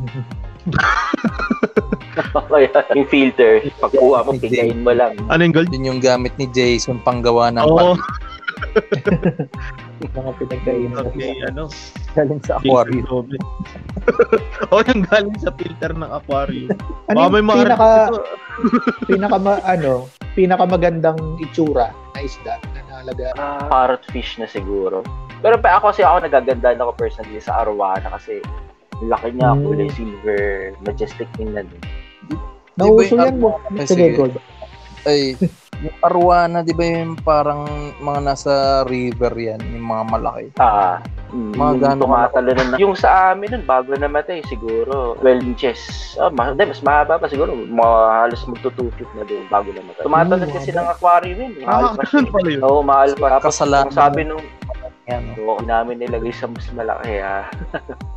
S2: Kaya, yung filter, pagkuha mo, pigayin mo lang.
S1: Ano yung gold?
S4: Yun yung gamit ni Jason panggawa ng
S1: Oo,
S3: Mga pinagkainan.
S1: pag may ano,
S4: galing sa aquarium.
S1: aquarium. o yung galing sa filter ng aquarium.
S3: Ano
S1: Baka
S3: yung
S1: may mga
S3: pinaka,
S1: ito?
S3: pinaka, ma- ano, pinakamagandang itsura na isda na nalaga.
S2: parrot fish na siguro. Pero pa ako kasi ako nagaganda ako personally sa arwana kasi ang laki
S4: Mm.
S2: niya,
S3: Hmm.
S2: kulay silver, majestic tingnan.
S3: Nauso
S4: yung
S3: yan mo.
S4: Ay,
S3: Sige,
S4: sige.
S3: Gold.
S4: Ay, yung arwana, di ba yung parang mga nasa river yan, yung mga malaki.
S2: Ah,
S4: Mga
S2: yung
S4: gano'n
S2: tumatalo na. Yung sa amin nun, bago namatay siguro, 12 inches. Ah, mas, hindi, mas mahaba pa siguro, mga halos magtutukit na din bago namatay.
S4: Mm,
S2: Tumatalo
S3: Hmm,
S2: kasi
S3: mahaba.
S2: ng aquarium yun.
S1: Ah,
S2: Mahal pa
S1: ganun
S2: siya.
S1: pala yun.
S2: Oo, mahal pa. Tapos,
S4: Kasalanan.
S2: ang sabi nung
S4: Yan,
S2: Oo, namin nilagay sa mas malaki ha.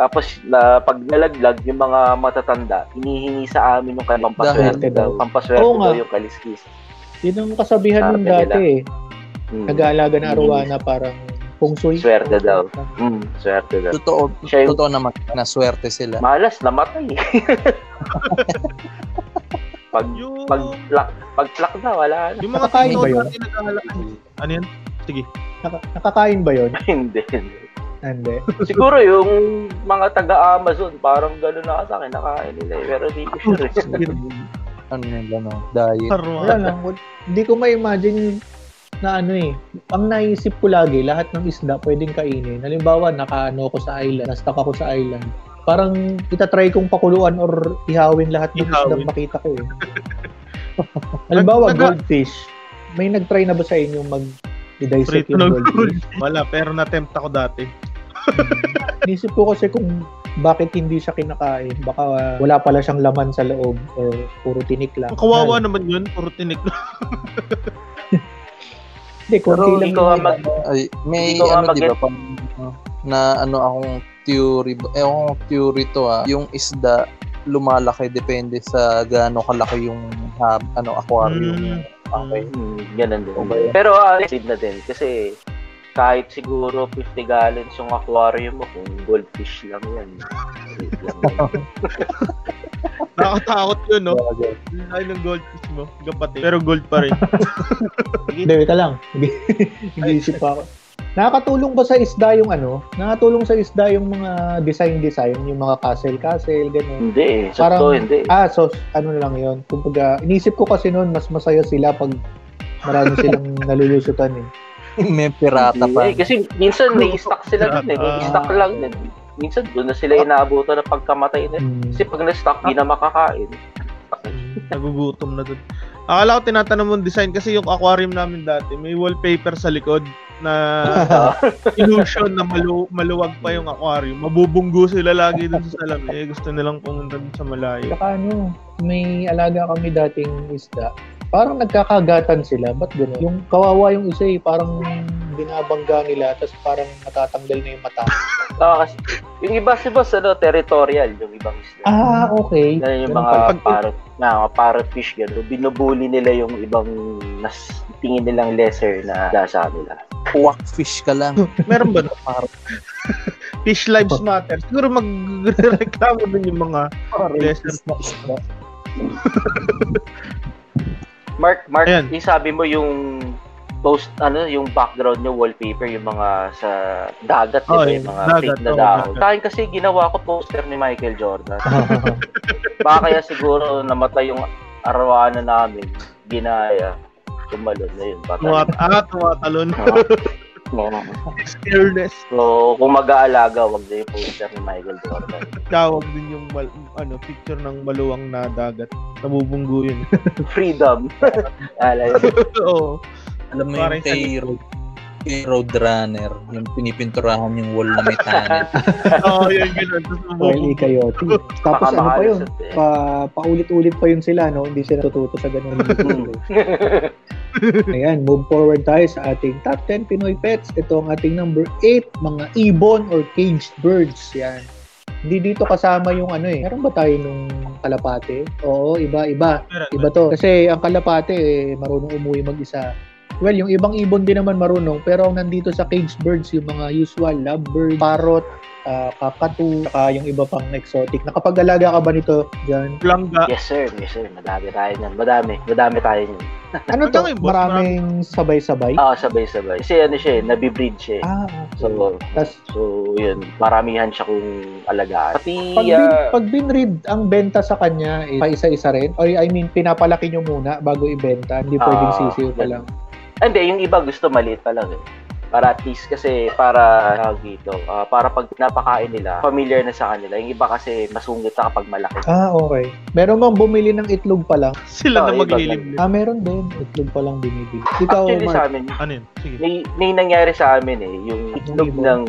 S2: Tapos na pag nalaglag yung mga matatanda, hinihingi sa amin yung kanilang pampaswerte
S3: Dahil-
S2: daw. Pampaswerte
S3: Oo nga.
S2: daw yung kaliskis.
S3: Yun ang kasabihan
S2: Sarap
S3: nun
S2: yan
S3: dati eh.
S2: Mm.
S3: Nag-aalaga na arwana parang feng shui.
S2: Swerte daw. Mm, swerte daw.
S4: Totoo,
S2: Siya yung-
S4: totoo naman na swerte sila.
S2: Malas, namatay. pag
S1: Yung,
S2: pag plak, pag plak na wala na.
S1: yung mga
S3: Nakakain ba
S1: tinood
S3: yun?
S1: na tinagalakan. Ano yan? Sige.
S3: Naka- nakakain ba yun?
S2: Hindi. hindi.
S3: Hindi.
S2: Siguro yung mga taga-Amazon, parang gano'n na sa akin, nakain nila eh. Pero di ko sure. eh.
S4: Ano nila, no? Diet.
S3: Wala
S1: Arwana.
S3: lang. Wal- Hindi ko ma-imagine na ano eh. Ang naisip ko lagi, lahat ng isda pwedeng kainin. Halimbawa, nakaano ko sa island, nastuck ako sa island. Parang itatry kong pakuluan or ihawin lahat ng isda
S1: Ihawin.
S3: makita ko eh.
S1: Nag-
S3: Halimbawa,
S1: naga-
S3: goldfish. May nag-try na ba sa inyo mag dissect
S1: Prito ng
S3: yung goldfish?
S1: Wala, pero na-tempt ako dati.
S3: Inisip ko kasi kung bakit hindi siya kinakain. Baka uh, wala pala siyang laman sa loob or puro tinik lang.
S1: Ang kawawa naman yun, puro tinik
S3: Hindi, konti
S4: Pero
S3: lang.
S2: ikaw
S3: yung
S2: ang mag-
S4: Ay, may
S2: Hindi ko nga
S4: ano, di ba,
S2: mag-get-
S4: pang, na ano akong theory, ba- eh akong theory to ah, yung isda lumalaki depende sa gaano kalaki yung hab, ano, aquarium. Okay.
S2: Mm, ganun din.
S4: Okay.
S2: Pero uh, seed na din kasi kahit siguro 50 gallons yung aquarium mo kung goldfish lang yan. Seed lang yan.
S1: Nakakatakot yun, no?
S4: Talaga.
S1: Ay, ng goldfish mo. Kapatid. Pero gold pa rin.
S3: Hindi, wait lang. Nag-iisip pa ako. Nakakatulong ba sa isda yung ano? Nakatulong sa isda yung mga design-design, yung mga castle-castle, gano'n.
S2: hindi eh.
S3: Parang-
S2: Sakto, hindi.
S3: Ah, so, ano na lang yun. Kumbaga, inisip ko kasi noon, mas masaya sila pag marami silang nalulusutan eh.
S4: may pirata
S2: Hmm. Hindi,
S4: pa.
S2: eh, kasi minsan may stock sila din eh.
S1: Ah.
S2: May stock lang din. Minsan doon na sila inaabutan na pagkamatay na.
S3: Mm.
S2: Kasi pag na-stock, di na makakain.
S1: Nagugutom na dun. Akala ko tinatanong mong design kasi yung aquarium namin dati, may wallpaper sa likod na illusion na malu- maluwag pa yung aquarium. Mabubunggo sila lagi dun sa salamin. Eh, gusto nilang pumunta dun sa malayo.
S3: Saka ano, may alaga kami dating isda. Parang nagkakagatan sila. Ba't gano'n? Yung kawawa yung isa eh, parang binabangga nila, tapos parang natatanggal na yung mata.
S2: Ah, kasi, yung iba si boss, ano, territorial yung ibang isla.
S3: Ah, okay.
S2: Ganun yung
S3: Ganun
S2: mga
S3: pala.
S1: pala. Pag-
S2: parrot, na mga parrot fish gano'n. Binubuli nila yung ibang nas tingin nilang lesser na dasa nila.
S4: Wakfish ka lang.
S1: Meron ba na?
S4: Parang-
S1: Fish lives matter. Siguro magreklamo din yung mga lesser
S4: Rapist na isda.
S2: Mark, Mark,
S1: Ayan.
S2: isabi mo yung post, ano, yung background niya, wallpaper, yung mga sa dagat,
S1: Oh,
S2: diba? Yung
S1: yung
S2: mga
S1: dagat,
S2: fake na
S1: oo,
S2: dahon.
S1: dagat.
S2: Sa akin kasi ginawa ko poster ni Michael Jordan. Baka kaya siguro namatay yung arawana namin, ginaya, tumalon na yun. Baka,
S1: tumat ah, tumatalon.
S2: Oo.
S1: Scaredness.
S2: So, kung mag-aalaga, wag na yung poster ni Michael Jordan.
S1: Tawag din yung mal- ano, picture ng maluwang na dagat. Nabubunggo yun.
S2: Freedom. Alay.
S1: Oo.
S4: Alam mo
S1: Parang
S4: yung kay, Rod, yung roadrunner, yung pinipinturahan yung wall na may tunnel.
S1: Oo, yun, ganun. Tapos mabubog.
S3: Wiley Coyote. Tapos ano pa yun? Pa, paulit-ulit pa yun sila, no? Hindi sila natuto sa ganun. Hmm. Ayan, move forward tayo sa ating top 10 Pinoy pets. Ito ang ating number 8, mga ibon or caged birds. Yan. Hindi dito kasama yung ano eh. Meron ba tayo nung kalapate? Oo, iba, iba.
S1: Meron,
S3: Iba to. Kasi ang kalapate, eh, marunong umuwi mag-isa. Well, yung ibang ibon din naman marunong, pero ang nandito sa caged birds, yung mga usual, lovebird, parrot, ah, kakatu, saka yung iba pang exotic. Nakapag-alaga ka ba nito, John?
S1: Langga.
S2: yes sir, yes sir. Madami tayo niyan. Madami. Madami tayo niyan.
S3: Ano to?
S1: Ano yung boss?
S3: Maraming sabay-sabay?
S2: Oo, sabay-sabay. Kasi ano siya, eh, nabibreed siya. eh.
S3: Ah,
S2: So,
S3: tas
S2: so yun. Maramihan siya kung alagaan. Pati,
S3: pag, bin,
S2: ah,
S3: pag binread, ang benta sa kanya is pa isa-isa rin? Or I mean, pinapalaki nyo muna bago ibenta. Hindi pwedeng
S2: Ah,
S3: sisiyo pa
S2: ganun.
S3: lang.
S2: Hindi, yung iba gusto maliit pa lang eh. Para at least kasi para tawag dito, ah, para pag napakain nila, familiar na sa kanila. Yung iba kasi masungit na kapag malaki.
S3: Ah, okay. Meron bang bumili ng itlog pa lang?
S1: Sila na
S2: Oo, iba
S1: maglilim.
S3: Ah, meron din. Itlog pa lang binibili. Ikaw,
S2: Actually
S3: Mark.
S2: sa amin,
S1: Ano yun? Sige.
S2: may, may nangyari sa amin eh, yung itlog
S3: Ibon.
S2: ng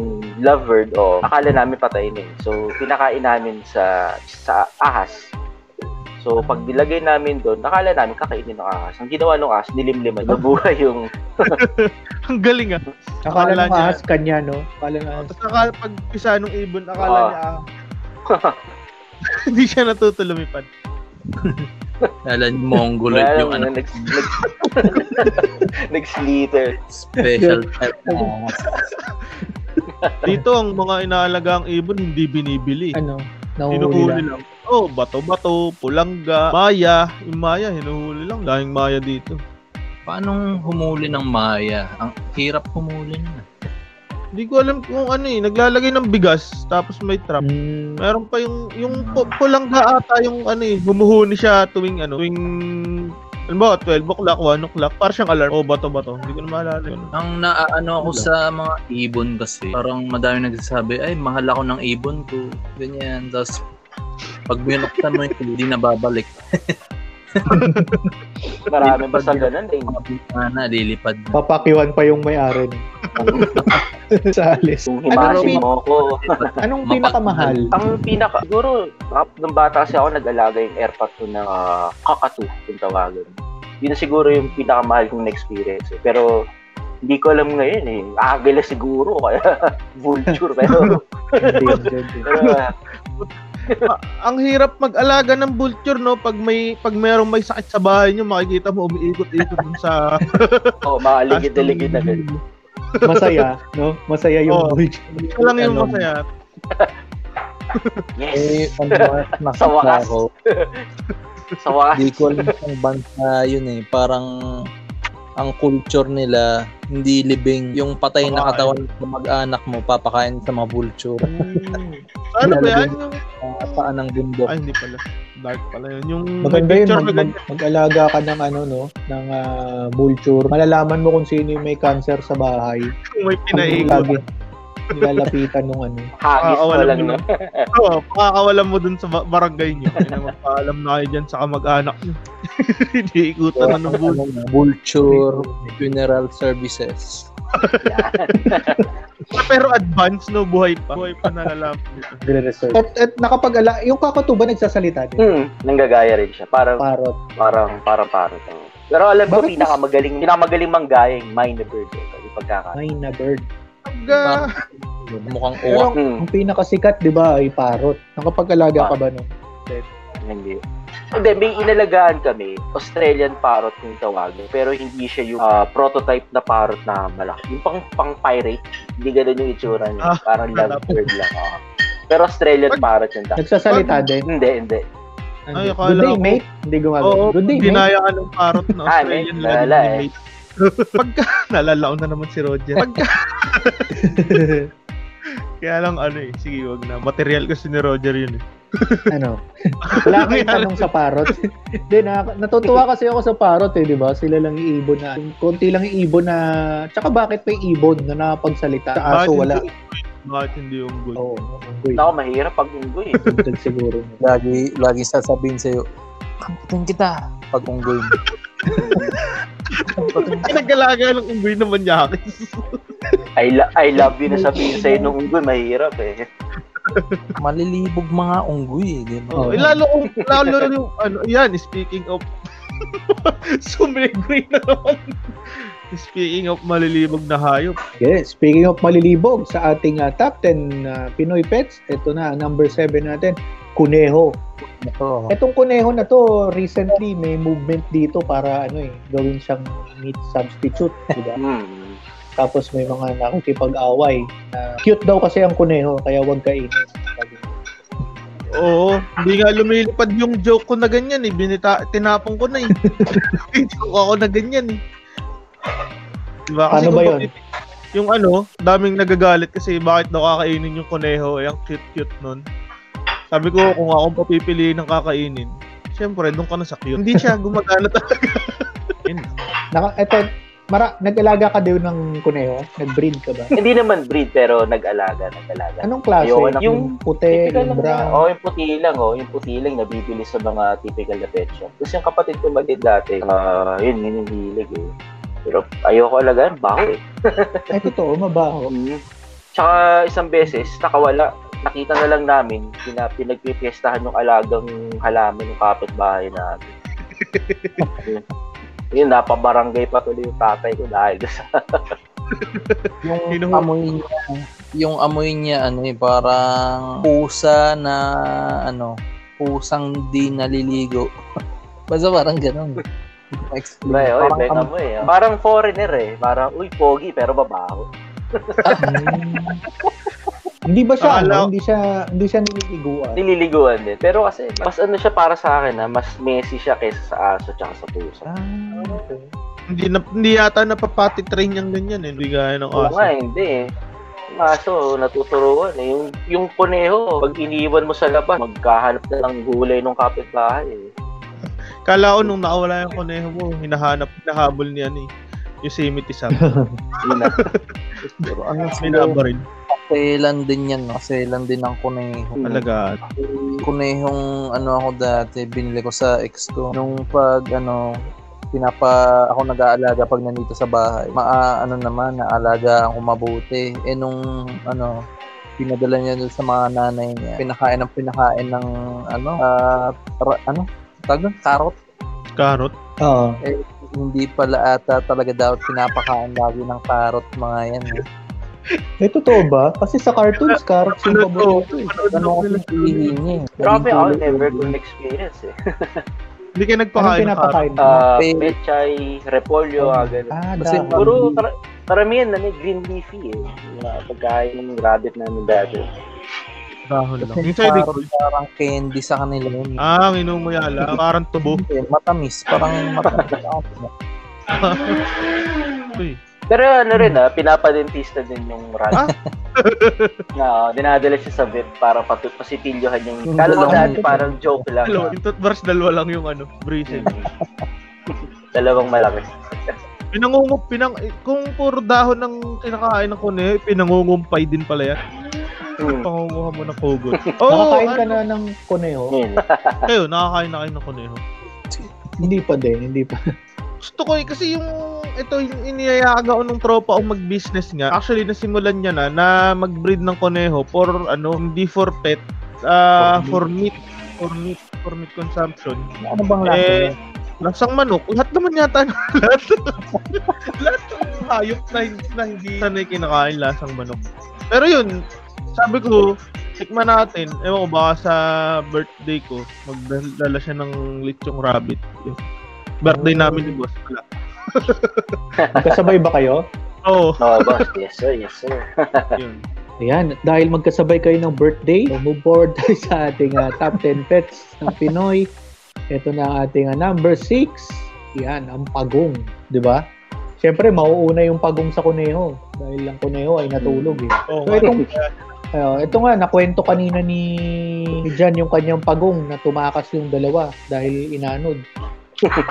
S2: lovebird, oh, akala namin patay na eh. So, pinakain namin sa, sa ahas. So, pag nilagay namin doon, akala namin kakainin ng ahas. Ang ginawa ng ahas, nilimliman. Nabuhay yung
S1: Ang galing ah. Akala
S3: Akala
S1: Ah,
S3: ng
S1: niya-
S3: ahas kanya, no? Akala ng ahas.
S1: Tapos akala, pag isa nung ibon, akala
S2: Ah.
S1: niya ah. Hindi siya natutulumipan.
S4: Alan Mongoloid
S2: Wala,
S4: yung ano,
S2: Nag, nag, nag-slither.
S4: special type na
S1: Dito ang mga inaalagang ibon hindi binibili.
S3: Ano? Nanguhuli
S1: Hinuhuli
S3: lang.
S1: lang. Oh, bato-bato, pulangga, maya. Yung maya, hinuhuli lang. Lahing maya dito.
S4: Paanong humuli ng Maya? Ang hirap humuli na.
S1: Hindi ko alam kung ano eh. Naglalagay ng bigas, tapos may trap.
S3: Mm,
S1: Meron pa yung yung pu- pulangga ata yung ano eh, humuhuni siya tuwing ano, tuwing ano ba, 12 o'clock, 1 o'clock, para siyang alarm. Oh, bato bato. Hindi ko na maalala yun.
S4: Ang naaano ako sa mga ibon kasi, parang madami nagsasabi, ay mahal ako ng ibon ko, ganyan. Tapos pag binuksan mo yun, hindi na babalik.
S2: Marami ba sa ganun eh.
S4: Mga bintana, lilipad na.
S3: papakiwan pa yung may-ari. no? sa alis.
S2: Yung
S3: Ano,
S2: himasi
S3: pin-
S2: mo ako.
S3: anong
S4: Mapag-
S3: pinakamahal?
S2: Ang pinaka, siguro, up, nung bata kasi ako nag-alaga yung airpot ko na ah, kakatu, kung tawagan. Yun na siguro yung pinakamahal kong na-experience. eh. Pero, hindi ko alam ngayon eh. Agila siguro, kaya vulture. Pero, pero ah,
S1: Ang hirap mag-alaga ng vulture no pag may pag merong may sakit sa bahay niyo, makikita mo umiikot-ikot dun sa
S2: oh, maaligid-aligid na ganun.
S3: Masaya, no? Masaya yung
S1: Oo.
S3: bridge.
S1: Ito lang
S3: Ano?
S1: yung masaya.
S2: Yes!
S4: Eh, ang mga
S2: Sa wakas.
S4: ano ako,
S2: Sa wakas.
S4: Hindi ko alam kung bansa yun eh. Parang ang culture nila, hindi libing. Yung patay na
S1: Pakain.
S4: katawan sa mag-anak mo, papakain sa mga vulture.
S1: ano ba yan?
S4: Ilalagay
S1: Yung...
S4: Sa saan ng bundok.
S1: Ay, hindi pala. Dark pala yun. Yung
S3: Maganda yun,
S1: Mm-hmm. picture
S3: mag,
S1: na ganyan.
S3: mag- mag-alaga ka ng ano, no? Ng ah, vulture. Malalaman mo kung sino yung may cancer sa bahay.
S1: Kung may
S3: Ang
S1: pinaikot.
S3: lagi nilalapitan nung ano.
S2: Hagis pa
S1: Pakakawalan
S2: lang
S1: mo
S2: na.
S1: lang. Oo, pakakawalan mo dun sa ba- barangay niyo. Kaya na magpaalam na kayo dyan sa kamag-anak niyo. Hindi ikutan na ng vulture.
S4: Ano na, Vulture funeral services.
S1: Ah, Pero advance no, buhay pa. Buhay pa nalalaman nito.
S3: Nire-research. At, at nakapag-ala, yung kakatuba nagsasalita din.
S2: Hmm, nanggagaya rin siya. Parang,
S3: Parot.
S2: parang, parang, parang. oh. Pero alam ko,
S3: Bakit mas-
S2: pinakamagaling, pinakamagaling manggaya yung minor bird. Eh, yung pagkaka.
S3: Ay, na bird.
S1: Pag, ah,
S4: Parang Mukhang
S3: Pero
S4: uwak.
S2: Hmm.
S3: ang pinakasikat, di ba, ay parot. Nakapag-alaga ka ba nun?
S2: Hindi. Hindi, may inalagaan kami. Australian parrot yung tawagin. Pero hindi siya yung ah, prototype na parrot na malaki. Yung pang, pang pirate, hindi ganun yung itsura niya.
S1: Ah,
S2: Parang lovebird lang. ah. Pero Australian
S1: Pag-
S2: parrot yung tawag.
S3: Nagsasalita din.
S2: Hindi, hindi.
S1: Ay, akala
S3: Good day,
S1: ko-
S3: mate. Hindi gumagawa.
S1: Oo,
S3: Good day, mate.
S1: dinaya ka ng parot na
S2: Ah,
S1: Australian
S2: mate,
S1: lagi
S2: wala
S1: ni
S2: eh.
S1: mate. Pagka, nalalaon na naman si Roger. Pagka, kaya lang ano eh, sige wag na. Material kasi ni Roger yun eh.
S3: ano? Wala kang tanong sa parot. Hindi, na, natutuwa kasi ako sa parot eh, di ba? Sila lang yung ibon na, konti lang yung ibon na, tsaka bakit may ibon na nakapagsalita? Sa aso
S1: Bakit
S3: wala.
S1: hindi- Bakit hindi yung good?
S3: Oo, oh, unggoy.
S2: Ako, mahirap pag unggoy. eh.
S3: Dagdag siguro.
S4: Lagi, lagi sasabihin sa'yo, kamputin kita pag unggoy mo.
S1: Pinagalaga ng unggoy na manyakis.
S2: I, lo- I love you na sabihin sa'yo nung unggoy, mahirap eh.
S4: Malilibog mga unggoy eh, di ba?
S1: Oh, eh, lalo kung lalo yung ano, yan, speaking of sumigree na naman. Speaking of malilibog na hayop,
S3: Okay, speaking of malilibog, sa ating ah, top 10 na Pinoy pets, ito na, number 7 natin, kuneho.
S4: Ito,
S3: Etong kuneho na to, recently may movement dito para ano eh, gawin siyang meat substitute, di ba?
S2: Hmm.
S3: Tapos may mga nakikipag-away. na cute daw kasi ang kuneho, kaya huwag kainin. Sabi niya.
S1: oo, hindi nga lumilipad yung joke ko na ganyan eh. Binita, tinapon ko na eh. joke ako na ganyan eh. Diba?
S3: Ano ba
S1: kung
S3: yun?
S1: bakit- Yung ano, daming nagagalit kasi bakit daw kakainin yung kuneho, eh, ang cute-cute nun. Sabi ko, kung akong papipiliin ng kakainin, syempre, doon ka na sa cute. Hindi siya gumagana talaga. Yun.
S3: Naka, eto, mara, nag-alaga ka din ng kuneho? Nag-breed ka ba?
S2: Hindi naman breed, pero nag-alaga, nag-alaga.
S3: Anong klase?
S2: Ayoko na-
S3: yung puti,
S2: Typical
S3: yung
S2: lang na,
S3: brown.
S2: oh, yung puti lang, oh, yung puti lang nabibili sa mga typical na pet shop. Tapos yung kapatid ko maliit dati, ah, yun, yun yung hilig eh. Pero ayoko alagaan, baho eh.
S3: Ay, totoo, mabaho.
S2: Mm. Tsaka isang beses, nakawala, nakita na lang namin, pina, pinagpipiestahan yung alagang halaman ng kapitbahay namin. Ayun. yun, napabarangay pa tuloy yung tatay ko dahil sa
S4: yung
S1: Yun ang-
S4: amoy niya, yung amoy niya ano eh, parang pusa na ano, pusang di naliligo. Basta parang ganun. Explain.
S2: Ba, oy,
S4: Parang
S2: parang,
S4: amoy-
S2: mo eh. parang foreigner eh. Parang, uy, pogi, pero babaho.
S3: Hmm. hindi ba siya,
S1: Akala-
S3: ano, hindi siya, hindi siya nililiguan?
S2: Nililiguan din. Pero kasi, mas ano siya para sa akin, ha? mas messy siya kaysa sa aso tsaka sa pusa.
S3: Ah, okay.
S1: Hindi, na, hindi yata napapati train yung ganyan eh. Hindi gaya ng
S2: Oo nga,
S1: aso.
S2: hindi eh. Yung aso, natuturuan eh. Yung, yung kuneho, pag iniwan mo sa labas, magkahanap na lang gulay nung kapitbahay eh.
S1: Kala ko nung nakawala yung kuneho mo, hinahanap, hinahabol niya ni ano eh, Yosemite Sam.
S2: Yun na.
S4: Pero ano sila,
S1: Sinaba rin.
S4: Selan din yan, no? Selan din ang kuneho.
S1: Talaga.
S4: kunehong ano ako dati, binili ko sa ex ko. Nung pag ano, pinapa ako nag-aalaga pag nandito sa bahay. Maa ano naman, naalaga ako mabuti. Eh nung ano, pinadala niya doon sa mga nanay niya. Pinakain ng pinakain ng ano, ah, ra- ano, tawag doon? carrot.
S1: Carrot.
S3: Oo.
S4: Hindi pala ata talaga dapat pinapakain lagi ng carrot mga yan. eh.
S3: Eh, totoo ba? Kasi sa cartoons, carrots yung
S1: Ano to?
S3: paborito eh.
S4: Ano kasi pilihin niya? eh.
S2: Grabe,
S4: Naliligo
S2: ako
S4: lang
S2: never
S4: yun.
S2: good experience eh.
S1: Hindi kayo
S3: Anong
S1: nagpakain ng carrot.
S3: pinapakain mo?
S2: Ah,
S4: Pe-
S2: pechay, repolyo, ah, ganun.
S3: ah,
S4: kasi
S3: dahon.
S2: Puro, tar- karamihan na may green leafy eh. Yung mga pagkain ng rabbit namin dati.
S1: Dahon lang.
S4: Kasi
S1: Yung side
S4: parang, parang candy sa kanila yun.
S1: Ah, ang inom mo yala. Parang tubo.
S4: Eh, matamis. Parang matamis. Ako,
S1: Uy.
S2: Pero ano rin ah, pinapadentista din yung rat. Na ah, dinadala siya sa vet para patu- pasipilyohan yung... Kala ko
S4: Dalawang-
S2: dati parang joke lang.
S1: Hello,
S2: ah.
S1: yung toothbrush dalawa lang yung ano, bristle.
S2: Dalawang malaki.
S1: Pinangungup, pinang, eh, kung puro dahon ng kinakain ng kuneho, eh, pinangungumpay din pala yan.
S2: Hmm.
S1: Pangunguha mo ng kugot. Oo,
S3: Nakakain ka
S1: ano,
S3: na ng kuneho?
S2: Yun.
S1: kayo, nakakain na kayo ng kuneho.
S3: Hindi pa din, hindi pa.
S1: gusto ko eh, kasi yung ito yung iniyayag ako nung tropa o mag-business nga. Actually nasimulan niya na na mag-breed ng koneho for ano, hindi for pet, ah, for meat, for meat, for meat consumption.
S4: ano bang lasa
S1: Eh,
S4: niya?
S1: Lasang manok, lahat naman yata lahat. lahat ng hayop na, hin- na hindi sanay kinakain lasang manok. Pero yun, sabi ko, tikman natin. Ewan ko, baka sa birthday ko, magdala siya ng lechong rabbit. Yun. Birthday namin ni boss pala.
S3: Magkasabay ba kayo?
S1: Oo,
S2: No, boss. Yes, sir. Yes, sir.
S1: yun.
S3: Ayan, dahil magkasabay kayo ng birthday, so move forward tayo sa ating ah, top 10 pets ng Pinoy. Ito na ang ating ah, number 6. Yan, ang pagong, di ba? Siyempre, mauuna yung pagong sa kuneho dahil ang kuneho ay natulog eh.
S1: Oo,
S3: So,
S1: nga.
S3: itong, ayo, ito nga, nakwento kanina ni, ni Jan yung kanyang pagong na tumakas yung dalawa dahil inanod.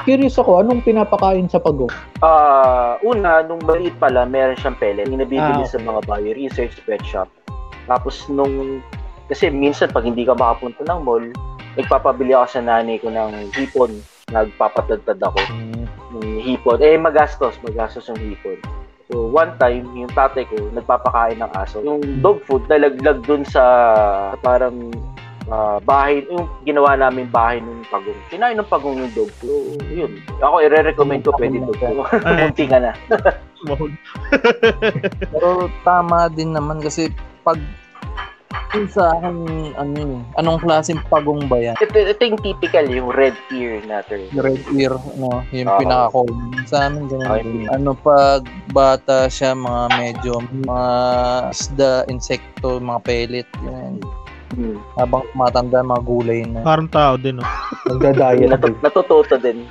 S3: Curious ako, anong pinapakain sa pagong?
S2: Ah, una, nung maliit pala, meron siyang pellet. Yung nabibili
S3: Ah,
S2: sa mga bio-research pet shop. Tapos nung... Kasi minsan, pag hindi ka makapunta ng mall, nagpapabili ako sa nanay ko ng hipon nagpapatadtad ako ng hipon. Eh, magastos. Magastos yung hipon. So, one time, yung tatay ko, nagpapakain ng aso. Yung dog food, nalaglag dun sa sa parang ah, bahay, yung ginawa namin bahay ng pagong. Kinain ng pagong yung dog food. So, yun. Ako, i-recommend ko pwede dog food. Munti ka na.
S4: Pero tama din naman kasi pag yun sa akin, ano yun, anong klaseng pagong ba yan?
S2: Ito, ito yung typical, yung red tear na term.
S4: Red ear, no? Yung
S2: Oo.
S4: pinaka-common. Sa amin, ganun
S2: Okay.
S4: din. Ano, pag bata siya, mga medyo, mga isda, insekto, mga pellet, yan.
S2: Hmm.
S4: Habang matanda, mga gulay na.
S1: Parang tao din, no?
S3: Nagdadaya na.
S2: Nat- natututo din.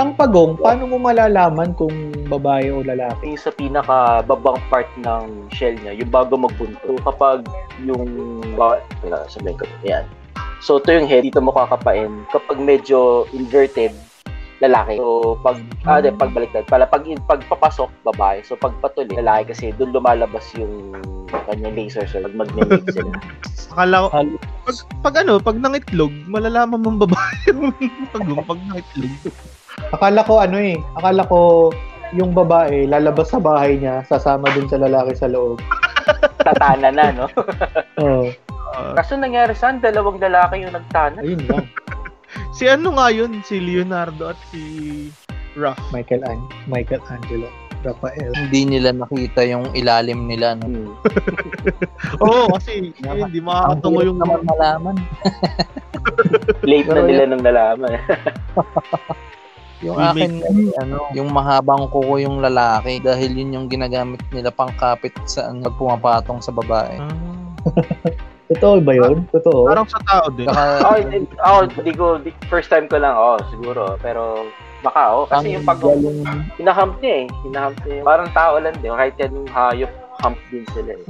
S3: Ang pagong, paano mo malalaman kung babae o lalaki?
S2: yung sa pinaka babang part ng shell niya, yung bago magbunto. Kapag yung ba, wala, sabihin ko, yan. So, ito yung head, dito mo kakapain. Kapag medyo inverted, lalaki. So, pag, ah, di, pagbaliktad pala. Pag, pag papasok, babae. So, pag patuloy, lalaki kasi doon lumalabas yung kanyang laser sir. Pag mag-mate sila.
S1: Akala ko,
S4: Hal-
S1: pag, pag ano, pag nangitlog, malalaman mong babae yung pagong pag nangitlog.
S3: Akala ko ano eh, akala ko yung babae lalabas sa bahay niya, sasama dun sa lalaki sa loob.
S2: Tatana na, no?
S3: Oo.
S1: Ah,
S2: Kaso nangyari saan, dalawang lalaki yung nagtana.
S3: ayun lang,
S1: si ano nga yun, si Leonardo at si Raph.
S3: Michael An Michael Angelo, Raphael.
S4: Hindi nila nakita yung ilalim nila, no?
S2: Hmm.
S1: Oo, kasi eh, hindi makakatungo yung...
S4: naman malaman.
S2: Late na nila nang nalaman.
S1: Yung
S4: Yung akin, ano, yung mahabang kuko yung lalaki dahil yun yung ginagamit nila pang kapit sa ano, pag pumapatong sa babae.
S1: Ah,
S3: Totoo ba yun? Totoo?
S1: parang sa tao din.
S4: Saka,
S2: Oh, hindi, oh, hindi ko, di, first time ko lang, oh, siguro. Pero, baka, oh, kasi yung pag,
S4: galong,
S2: hinahump niya eh, hinahump niya. yung- Parang tao lang din, kahit yan yung hayop, hump din sila eh.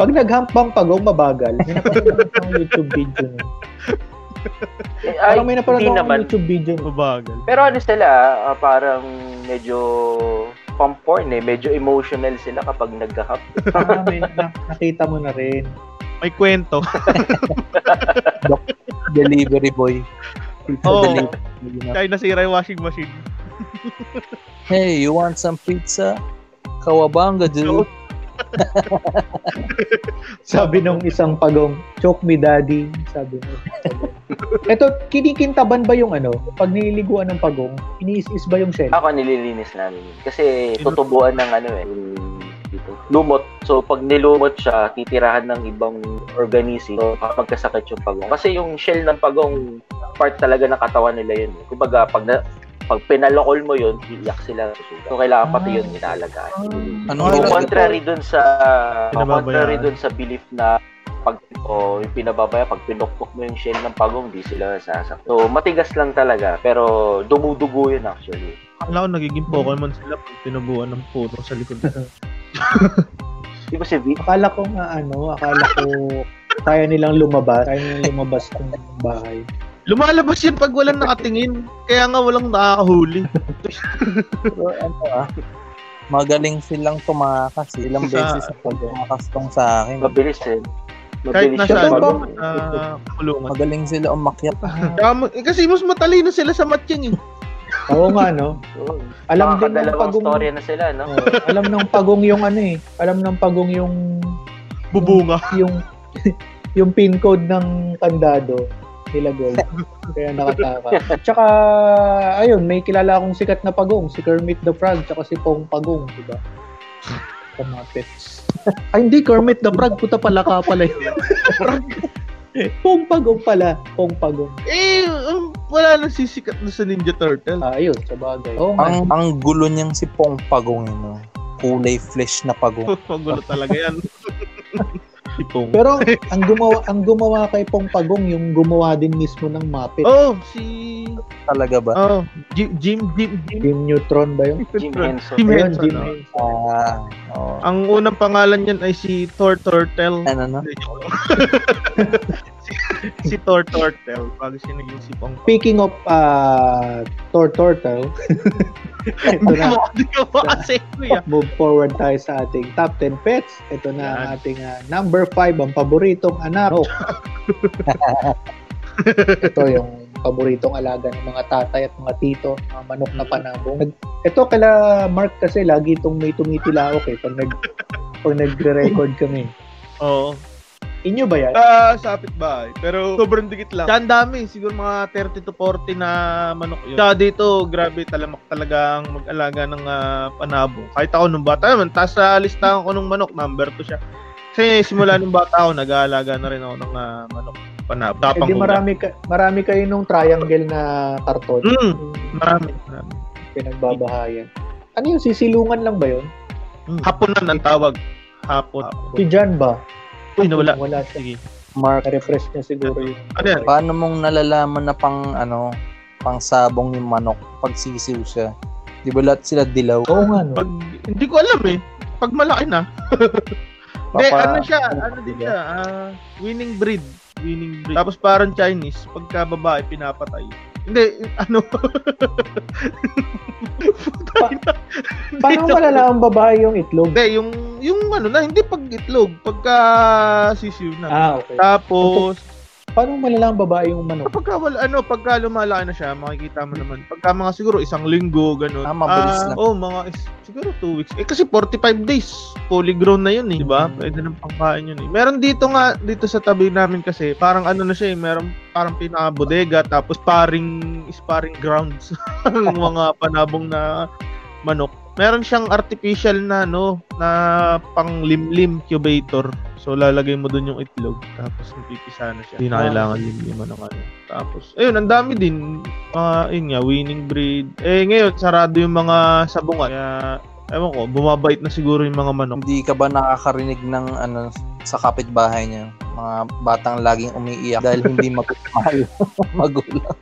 S3: Pag naghampang pagong mabagal, may napanood ako ng YouTube video nun.
S2: Eh, Ay,
S3: Parang may napanood
S2: hindi
S3: ako ng
S2: naman.
S3: YouTube video nun.
S1: Mabagal.
S2: Pero ano sila, ah, parang medyo pump porn eh, medyo emotional sila kapag nagka-hump.
S3: Parang may na- nakita mo na rin.
S1: May kwento.
S4: delivery boy. Pizza
S1: Oo.
S4: delivery. you know.
S1: Kaya nasira yung washing machine.
S4: Hey, you want some pizza? Kawabanga, dude.
S3: Sabi nung isang pagong, choke me daddy, sabi niya. Eto, kinikintaban ba yung ano? Pag nililiguan ng pagong, iniis-is ba yung shell?
S2: Ako nililinis namin yun. Kasi tutubuan ng ano eh, yung dito, lumot. So pag nilumot siya, titirahan ng ibang organism. So magkasakit yung pagong. Kasi yung shell ng pagong part talaga ng katawan nila yun. eh. Kumbaga pag na, pag pinalokol mo yun, iiyak sila. susugat. So kailangan pati yun inaalagaan.
S3: Ah.
S4: Anong
S2: So,
S1: Ano-
S2: contrary dun sa
S1: Pinababayaan.
S2: contrary dun sa belief na pag o yung pinababaya pag pinukpok mo yung shell ng pagong di sila sasak. So matigas lang talaga pero dumudugo yun actually.
S1: Akala ko nagiging Pokemon sila pag tinubuan ng puro sa likod.
S2: Di ba si V?
S3: Akala ko nga ano, akala ko kaya nilang lumabas, kaya nilang lumabas ng bahay.
S1: Lumalabas yan pag walang nakatingin. Kaya nga walang nakakahuli.
S4: Pero ano ah, magaling silang tumakas. eh. Ilang
S1: Sa-
S4: beses ako tumakas tong sa akin.
S2: Mabilis eh.
S1: Kahit
S2: Mabilis eh.
S1: nasa
S2: yung pagong.
S1: ano, sa kulungan.
S4: Magaling sila umakyat.
S1: Kaya mo- eh, kasi mas matalino sila sa matching eh.
S3: Oo nga no.
S2: Oo.
S3: Alam din um- ng
S2: Nakakadalawang
S3: pagong
S2: storya na sila, no?
S3: Oo, alam ng pagong yung ano eh. Alam ng pagong yung
S1: Bubunga.
S3: yung yung pin code ng kandado nila gold. Kaya nakataka. Tsaka, ayun, may kilala akong sikat na pagong. Si Kermit the Frog, tsaka si Pong Pagong, di ba? Sa mga pets. Ay, hindi, Kermit the Frog. Puta pala ka pala yun. Pong Pagong pala. Pong Pagong.
S1: Eh, um, wala nang sisikat na sa Ninja Turtle.
S3: Ah, ayun, sa bagay. Oo nga.
S4: Oh, Ang, ang gulo niyang si Pong Pagong, yun, no? kulay flesh na pagong.
S1: Magulo talaga yan. Ipong.
S3: Pero ang gumawa ang gumawa kay Pong Pagong yung gumawa din mismo ng Muppet.
S1: Oh, si...
S4: Talaga ba?
S1: Oh, Jim, Jim, Jim, Jim.
S3: Jim Neutron ba yun?
S2: Jim Henson.
S1: Jim
S3: Ayun,
S1: Henson,
S3: Jim
S1: oh.
S3: Henson.
S4: Ah, oo.
S1: Ang unang pangalan niyan ay si Thor Turtle.
S4: Ano, no?
S1: si, si Thor Turtle. Bago siya naging si Pong.
S3: Speaking of uh, Tor Turtle, ito
S1: Hindi
S3: na.
S1: mo, hindi mo kasi, kuya.
S3: Move forward tayo sa ating top 10 pets. Ito na ang ating ah, number 5, ang paboritong anak. Ito yung paboritong alaga ng mga tatay at mga tito, mga manok na panabong. Nag, ito kala Mark kasi lagi itong may tumitilaok eh pag nag pag nagre-record kami.
S1: Oo.
S3: Inyo ba yan?
S1: Ah, sa bahay. Pero sobrang dikit lang. Siya ang dami. Siguro mga 30 to 40 na manok yun. Siya dito, grabe talamak talaga ang mag-alaga ng ah, panabo. Kahit ako nung bata naman, taas sa listahan ko nung manok, number 2 siya. Kasi simula nung bata ako, nag-aalaga na rin ako ng ah, manok panabo.
S3: Eh
S1: Tapang
S3: di
S1: ulam.
S3: marami, ka, marami kayo nung triangle na karton.
S1: Mm,
S3: Yung
S1: marami. marami.
S3: Pinagbabahayan. Ano yun? Sisilungan lang ba yun?
S1: Mm. Hapunan ang tawag. Hapon.
S3: Si
S1: Hapon.
S3: Jan ba?
S1: Uy, nawala.
S3: Wala
S1: Sige.
S3: siya.
S4: Mark,
S3: Na-refresh niya siguro yun.
S1: Ano yan?
S4: paano mong nalalaman na pang ano, pang sabong yung manok pag sisiw siya? Di ba lahat sila dilaw?
S3: Oo nga no.
S1: Pag, hindi ko alam eh. Pag malaki na. Hindi, ano siya, ano din siya, ah, winning breed. Winning breed. Tapos parang Chinese, pagka babae, pinapatay. Hindi, ano,
S3: Paano malalaman babae yung itlog?
S1: hindi, yung, yung ano na, hindi pag itlog, pagka sisiw na.
S3: Ah, okay.
S1: Tapos,
S3: Paano malalaman babae yung manok?
S1: pagka wala, ano, pagka lumalaki na siya, makikita mo naman. Pagka mga siguro isang linggo, ganun.
S4: Ah, mabilis lang.
S1: Oh, mga, is- siguro two weeks. Eh, kasi 45 days, fully grown na yun eh. Diba?
S4: Mm.
S1: Pwede nang pangkain yun eh. Meron dito nga, dito sa tabi namin kasi, parang ano na siya eh, meron parang pinaka-bodega, tapos paring, sparring grounds ng mga panabong na ano, manok. Meron siyang artificial na ano na panglimlim cubator. So lalagay mo doon yung itlog tapos pipisa na siya. Hindi na
S3: Ah.
S1: kailangan limliman ng ano. Tapos ayun, ang dami din mga yun nga winning breed. Eh ngayon sarado yung mga sabungan. Kaya ewan ko, bumabait na siguro yung mga manok.
S4: Hindi ka ba nakakarinig ng ano sa kapitbahay niya? Mga batang laging umiiyak dahil hindi magmahal magulang.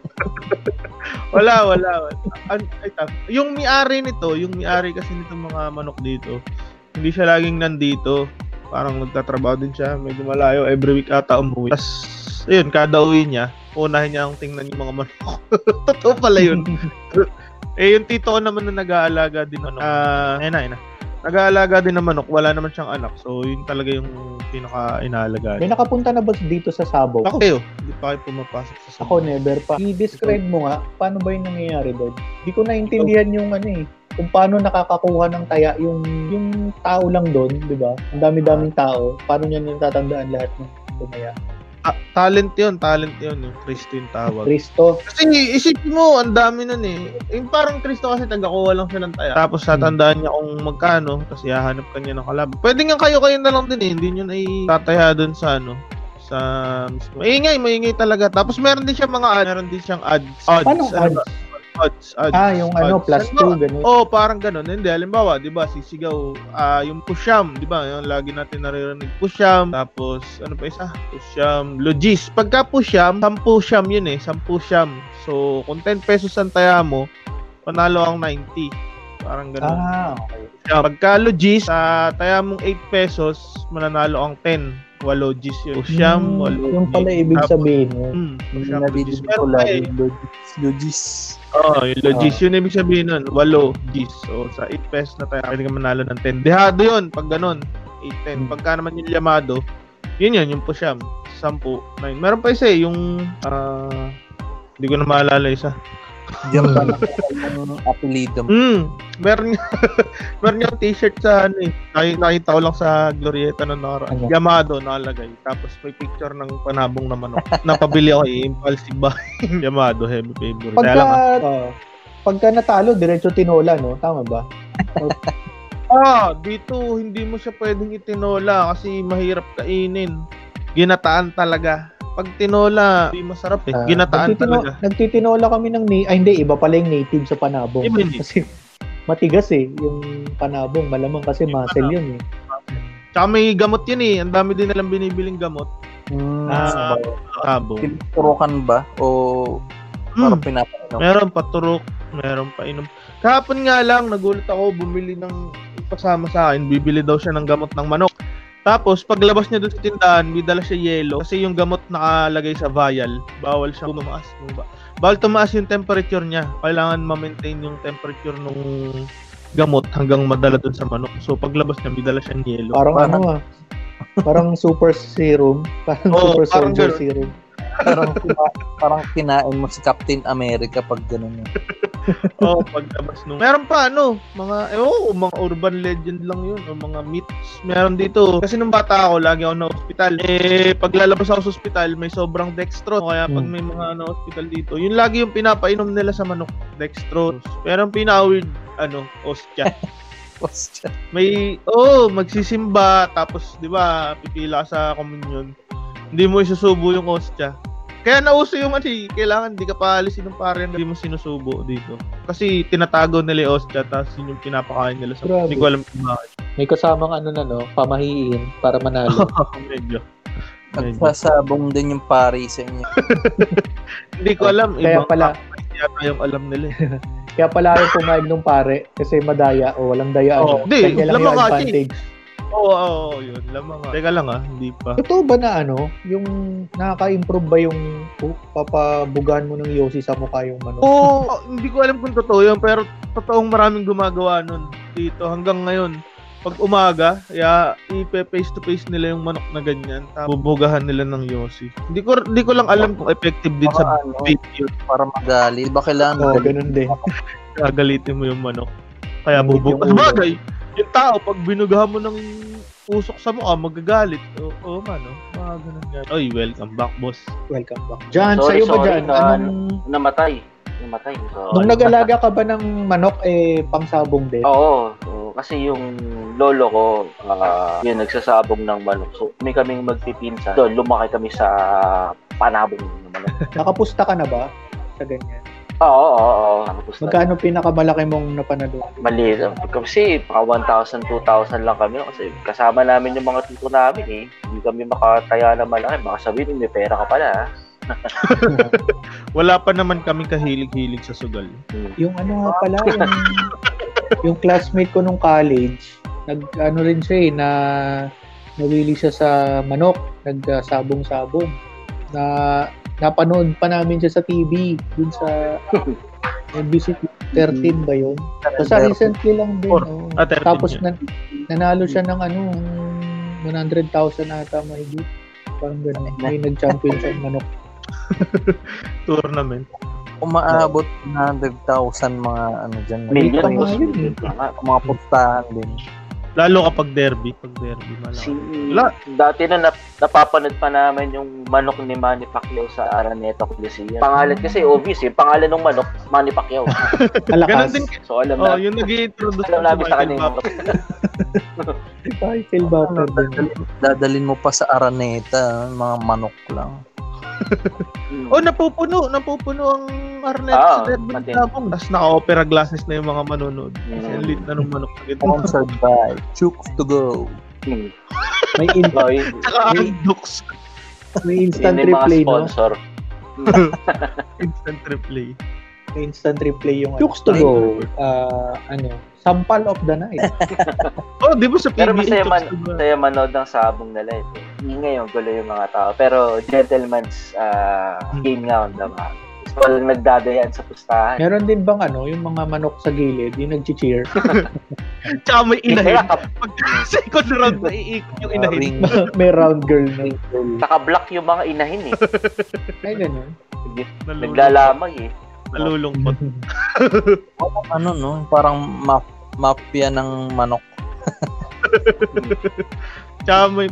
S1: Wala, wala. wala. An- ay, tap- yung may-ari nito, yung may-ari kasi nitong mga manok dito, hindi siya laging nandito. Parang nagtatrabaho din siya, medyo malayo. Every week ata umuwi. Tapos, ayun, kada uwi niya, unahin niya ang tingnan yung mga manok. Totoo pala yun. Eh, yung tito ko naman na nag-aalaga din ng manok. Ah, ayun na, ayun na. Nag-aalaga din ng manok, wala naman siyang anak. So, yun talaga yung pinaka-inaalaga
S3: May
S1: niya.
S3: nakapunta na ba dito sa Sabaw?
S1: Ako kayo, hindi pa kayo pumapasok sa
S3: Ako never pa. I-describe mo nga, paano ba yung nangyayari doon? Di ko naintindihan yung ano eh, kung paano nakakakuha ng taya yung yung tao lang doon, di ba? Ang dami-daming tao, paano niya natatandaan lahat ng tumaya?
S1: Ah, talent yun, talent yun. Yung Christine tawag.
S3: Kristo,
S1: Kasi isipin mo, ang dami nun eh. Yung parang Kristo kasi tagakuha lang siya ng taya. Hmm. Tapos tatandaan niya kung magkano, tapos ihahanap ka niya ng kalaban. Pwede nga kayo kayo na lang din eh. Hindi niyo na itataya dun sa ano sa mismo. Ingay, maingay talaga. Tapos meron din siya mga ads. Meron din siyang ads. Odds.
S3: paano
S1: Ano ba?
S3: ads?
S1: Odds, odds,
S3: Ah, yung ano,
S1: odds.
S3: plus
S1: Ano ba?
S3: 2, ganun.
S1: Oo, oh, parang ganun. Hindi, halimbawa, di ba, sisigaw, ah yung pusham, di ba, yung lagi natin naririnig, pusham, tapos, ano pa isa, pusham, logis. Pagka pusham, sampu siyam yun eh, sampu siyam. So, kung 10 pesos ang taya mo, panalo ang 90. Parang ganun.
S3: Ah, okay.
S1: Pagka logis, sa taya mong 8 pesos, mananalo ang 10. Walogis yun. Pusham, walogis.
S3: Hmm, Yung pala ibig sabihin mo.
S1: Hmm,
S4: Hindi
S1: pusham,
S4: na
S1: logis. Meron pa eh.
S4: Logis.
S1: Oo, yung logis. Yun ibig sabihin nun, walo, gis. So, sa 8 pesos na tayo, pwede ka manalo ng 10. Dehado yun, pag ganun,
S3: Hmm.
S1: 8, 10. Pagka naman yung llamado, yun yun, yung pusham, 10, 9. Meron pa isa eh, yung, ah, hindi ko na maalala isa.
S4: Diyan ba nakakalimutan ng apelido mo?
S1: Hmm, meron nga, meron nga t-shirt sa ano eh. Nak- Nakita ko lang sa Glorieta na nakaraan.
S3: Ano?
S1: Yamado nakalagay. Tapos may picture ng panabong na manok. Napabili ako eh, impulsive ba? Yamado, heavy favorite. Kaya lang,
S3: Pagka, Oh, pagka natalo, diretso tinola, no? Tama ba?
S1: Ah, dito hindi mo siya pwedeng itinola kasi mahirap kainin. Ginataan talaga. Pag tinola, hindi masarap eh.
S3: Ah,
S1: Ginataan
S3: nagtitino-
S1: talaga.
S3: Nagtitinola kami ng ni ay hindi iba pala yung native sa panabong.
S1: Iba yun eh.
S3: Kasi matigas eh yung panabong, malamang kasi
S1: Yung
S3: muscle
S1: panabong.
S3: yun eh.
S1: Tsaka may gamot yun eh. Ang dami din nilang binibiling gamot.
S4: Hmm,
S1: Ah, Sabong.
S4: tinuturukan ba? O
S1: Mm,
S4: parang pinapainom?
S1: meron paturok, meron painom. Kahapon nga lang, nagulat ako, bumili ng kasama sa akin, bibili daw siya ng gamot ng manok. Tapos, paglabas niya doon sa tindahan, may dala siya yelo. Kasi yung gamot nakalagay sa vial, bawal siya tumaas. Ba- Bawal tumaas yung temperature niya. Kailangan ma-maintain yung temperature nung gamot hanggang madala doon sa manok. So, paglabas niya, may dala siyang yelo.
S3: Parang
S4: Parang-
S3: ano ah. Parang super serum, parang
S1: Oo,
S3: super
S1: parang
S3: soldier
S1: ganun.
S3: serum.
S4: parang, kina- parang kinain mo si Captain America pag gano'n. eh.
S1: Oo, paglabas nung... Meron pa, ano, mga, eh, oo, mga urban legend lang yun, o mga myths. Meron dito. Kasi nung bata ako, lagi ako na hospital. Eh, paglalabas ako sa hospital, may sobrang dextrose. O Kaya pag
S3: Hmm.
S1: may mga na hospital dito, yun lagi yung pinapainom nila sa manok, dextrose. Meron pinawid, ano, ostya.
S4: Tapos,
S1: May, oo, oh, magsisimba, tapos, di ba, pipila ka sa communion. Hindi mo isusubo yung ostya. Kaya nauso yung ano, eh, kailangan di ka paalisin ng pare na hindi mo sinusubo dito. Kasi tinatago nila yung ostya, tapos yun yung pinapakain nila sa...
S3: Grabe.
S1: Hindi ko alam kung bakit.
S3: May kasamang ano na no, pamahiin para manalo.
S1: Medyo. Medyo.
S4: nagsasabong din yung pari sa inyo.
S1: Hindi ko alam.
S3: Kaya
S1: ibang
S3: pala-
S1: kapatid Yata yung alam nila. eh.
S3: Kaya pala yung pumayag nung pare kasi madaya o walang dayaan.
S1: Oo,
S3: no?
S1: di,
S3: Kanya lang
S1: lamang
S3: yung
S1: kasi.
S3: advantage.
S1: Oo, oo, oo, yun. Lamang nga. Teka lang ah, hindi pa.
S3: Totoo ba na ano, yung nakaka-improve ba yung oh, papabugan mo ng yosi sa mukha yung manok?
S1: Oo, hindi ko alam kung totoo yun, pero totoong maraming gumagawa nun dito hanggang ngayon. Pag umaga, ya, ipe face to face nila yung manok na ganyan, tapos bubugahan nila ng yosi. Hindi ko hindi ko lang alam kung effective din
S4: Baka
S1: sa
S4: ano,
S1: video.
S4: para magali. Ba kailangan
S3: Oo,
S4: magali?
S3: ganun din.
S1: Gagalitin mo yung manok. Kaya
S3: Hindi yung
S1: bubugahan.
S3: ulo.
S1: Sabagay, yung tao, pag binugahan mo ng usok sa mukha, magagalit. Oo, oo man, no? Mga ganun yan. Oy, welcome back, boss.
S3: Welcome back. Jan,
S2: Sorry,
S3: sa'yo ba
S2: sorry,
S3: Jan?
S2: Jan.
S3: Anong,
S2: Namatay. Namatay. So,
S3: nung nag-alaga ka ba ng manok, eh, pangsabong
S2: Oh.
S3: din?
S2: Oo, oo. kasi yung lolo ko, ah, yun, nagsasabong ng manok. So, may kaming magpipinsan. So, lumaki kami sa panabong ng manok.
S3: Nakapusta ka na ba? Sa ganyan.
S2: Oo, oo, oo. Ano gusto?
S3: Magkano pinakamalaki mong napanalo?
S2: Maliit. lang. Kasi, paka 1,000, 2,000 lang kami. Kasi, kasama namin yung mga tito namin eh. Hindi kami makataya na malaki. Baka sabihin, may pera ka pala. ah.
S1: Wala pa naman kaming kahilig-hilig sa sugal.
S3: Yung ano nga pala, yung, yung classmate ko nung college, nag ano rin siya eh, na nawili siya sa manok, nagsabong-sabong. Na napanood pa namin siya sa TV, dun sa NBC
S2: Mm-hmm.
S3: 13 ba yun? Basta recently lang din.
S1: Or-
S3: oo.
S1: ah, 13
S3: Tapos
S1: yun.
S3: nan- nanalo siya ng ano, ng 100,000 ata mahigit. Parang ganun. May nag-champion siya ng manok.
S1: Tournament.
S4: Umaabot ng 100,000 mga ano dyan.
S2: Million.
S3: Tama yun, eh.
S2: Tama.
S4: Mga pustahan din.
S1: Lalo kapag derby, pag derby malaki.
S2: Si,
S1: Wala.
S2: dati na nap- napapanood pa namin yung manok ni Manny Pacquiao sa Araneta Coliseum. Pangalan kasi obvious eh. Pangalan ng manok, Manny Pacquiao.
S1: Ganun
S3: Malakas.
S1: din
S2: So alam
S1: Oh,
S2: na.
S1: yung nag-introduce
S2: alam namin sa kanya.
S1: Bap-
S3: Michael
S4: Ano,
S3: Butter din.
S4: dadalin, dadalin mo pa sa Araneta, mga manok lang.
S2: Mm.
S1: Oh, napupuno, napupuno ang Arnett sa
S2: Ah,
S1: Deadman
S2: pati.
S1: Sabong. Tapos naka-opera glasses na yung mga manonood. Kasi
S2: Mm.
S1: ang lit na nung manok na gito.
S4: Sponsored by Chook to Go.
S2: Mm.
S3: May in-
S2: So, Oh, yun,
S1: Tsaka ang dox.
S3: May
S2: yun
S3: instant
S2: yung mga
S3: replay, no?
S2: sponsor.
S1: Instant replay.
S3: May instant replay yung... Jokes to
S4: Ay,
S3: go. Ah, ano, sampal of the night.
S1: Oh, di ba sa
S2: Pero
S1: PBA?
S2: masaya, man,
S1: Jokes, diba?
S2: masaya manood ng sabong na live. Eh. Yung ngayon, gulo yung mga tao. Pero gentleman's ah,
S1: Hmm.
S2: game nga on the map. So, walang nagdadayaan sa pustahan.
S3: Meron din bang ano, yung mga manok sa gilid, yung nag-cheer.
S1: Tsaka may inahin.
S2: Eh, Kaya Ah, kap-
S1: Pag second round, naiikot yung
S4: Uh,
S1: inahin.
S4: ring.
S3: May round girl na.
S2: Naka-block yung mga inahin eh.
S3: Ay, ganun.
S1: Nalulungkot.
S2: Naglalamay eh.
S1: Nalulungkot.
S4: ano no, parang map mapya ng manok.
S1: Tsaka may,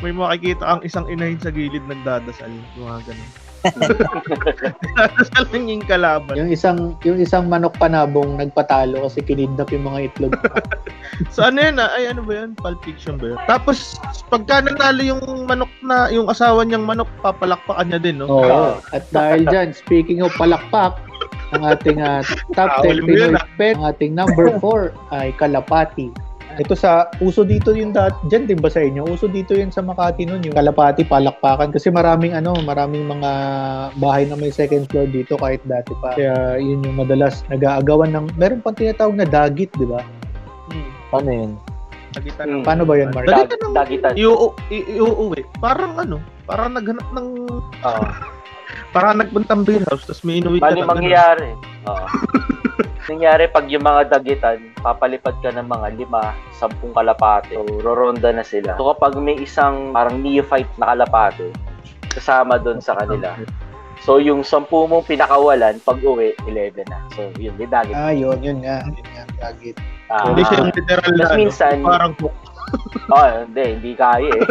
S1: may makikita ang isang inahin sa gilid nagdadasal. Yung Mga ganun. Nagdadasal lang yung kalaban.
S3: Yung isang yung isang manok panabong nagpatalo kasi kinidnap yung mga itlog.
S1: So ano yun ah? Ay ano ba yun? Pulp Fiction ba yun? Tapos pagka nanalo yung manok na, yung asawa niyang manok, papalakpakan niya din, no?
S3: Oo. At dahil dyan, speaking of palakpak, ang ating ah, top
S1: Tawal
S3: 10
S1: mo yun, ah.
S3: Pinoy pet, ang ating number 4 ay kalapati. Ito sa, uso dito yung dati, dyan din ba sa inyo? Uso dito yun sa Makati nun yung kalapati, palakpakan. Kasi maraming ano, maraming mga bahay na may second floor dito kahit dati pa. Kaya yun yung madalas nag-aagawan ng, meron pang tinatawag na dagit, di ba?
S1: Hmm.
S4: Ano yun?
S1: Sagitan
S2: Hmm.
S1: ng
S3: Paano ba yun, Mark?
S1: Dali
S2: Dag-
S1: ka nang-
S2: dagitan.
S1: Iuu- i- iuuwi. Parang ano, parang naghanap ng,
S2: Oo.
S1: parang nagpuntang beer house, tapos may inuwi ng
S2: Bali mangyayari. Oo. Nangyari pag yung mga dagitan, papalipad ka ng mga lima, sampung kalapate. So, roronda na sila. So, kapag may isang parang neophyte na kalapate, kasama doon sa kanila. So, yung sampu mong pinakawalan, pag uwi, 11 na. So, yun, may dagit.
S3: Ah, yun, yun nga. Yun nga, target.
S2: Ah,
S1: ano, Hindi siya yung literal na,
S2: Tapos
S1: ano,
S2: minsan-
S1: parang cook.
S2: oh, hindi, hindi kaya eh.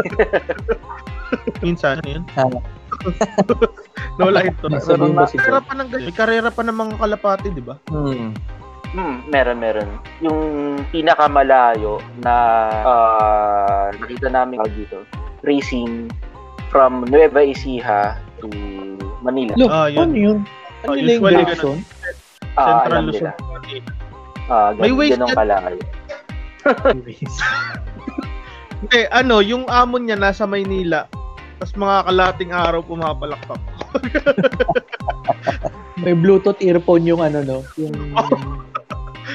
S1: Minsan, ano yun.
S4: Tama.
S1: Lola ito.
S3: Nasa
S1: Pero
S3: bimbo si
S1: karera pa ng ganyan. May karera pa ng mga kalapati, di ba?
S4: Hmm.
S2: Hmm, meron, meron. Yung pinakamalayo na ah, nakita namin tawag dito, racing from Nueva Ecija to Manila.
S3: Look,
S1: Ah, yun.
S3: ano yun? Ano
S1: Ah,
S3: nila yung
S1: usually ganun.
S3: direction?
S2: Ah,
S1: Central
S2: alam
S1: Luzon.
S2: nila. Ah,
S1: May
S2: ganun,
S1: waste
S2: ganun
S1: yan.
S2: kalayo.
S1: Hindi, ano, yung amon niya nasa Maynila. Tapos mga kalating araw pumapalakpak.
S3: May Bluetooth earphone yung ano, no? Yung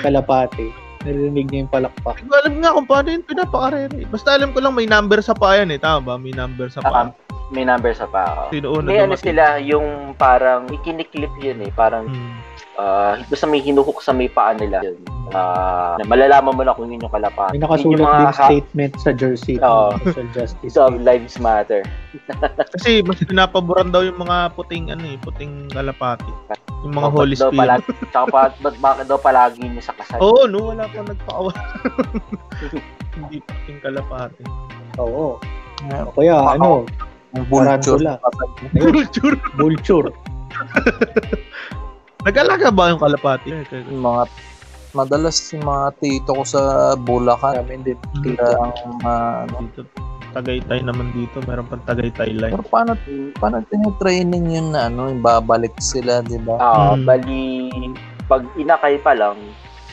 S3: kalapate. Narinig niya yung palakpak.
S1: Hindi ko alam nga kung paano yun pinapakarera. eh. Basta alam ko lang may number sa paa yan eh. Tama ba? May number sa paa.
S2: Ah, may number sa pa ako.
S1: Sino una
S2: May ano
S1: dumating?
S2: sila, yung parang ikiniklip yun eh. Parang
S1: Hmm.
S2: ah, basta may hinuhok sa may paa nila. Yun. Ah, na malalaman mo na kung yun yung kalapaan.
S3: May
S2: Yun
S3: nakasulat
S2: yung mga
S3: din
S2: ka-
S3: statement sa jersey.
S2: Oo.
S3: ng Social justice.
S2: So, lives matter.
S1: Kasi mas pinapaboran daw yung mga puting ano eh, puting kalapati. Yung mga
S2: Bakit
S1: Holy
S2: daw
S1: Spirit.
S2: palagi- Tsaka pa- ba't- bakit daw palagi niya sa kasal?
S1: Oo, no, wala pa nagpakawa. Hindi puting kalapati.
S3: Oo. O kaya, ano,
S4: Ang vulture.
S3: Tarantula.
S1: Vulture.
S3: vulture.
S1: Nag-alaga ba yung kalapati?
S4: Yung mga madalas yung mga tito ko sa Bulacan. Kami din tita ang ah, ano.
S1: Dito, Tagaytay naman dito, meron pang Tagaytay line.
S4: Pero paano paano tinitraining yun na ano, yung babalik sila, di ba?
S2: Ah,
S1: Hmm.
S2: bali, pag inakay pa lang,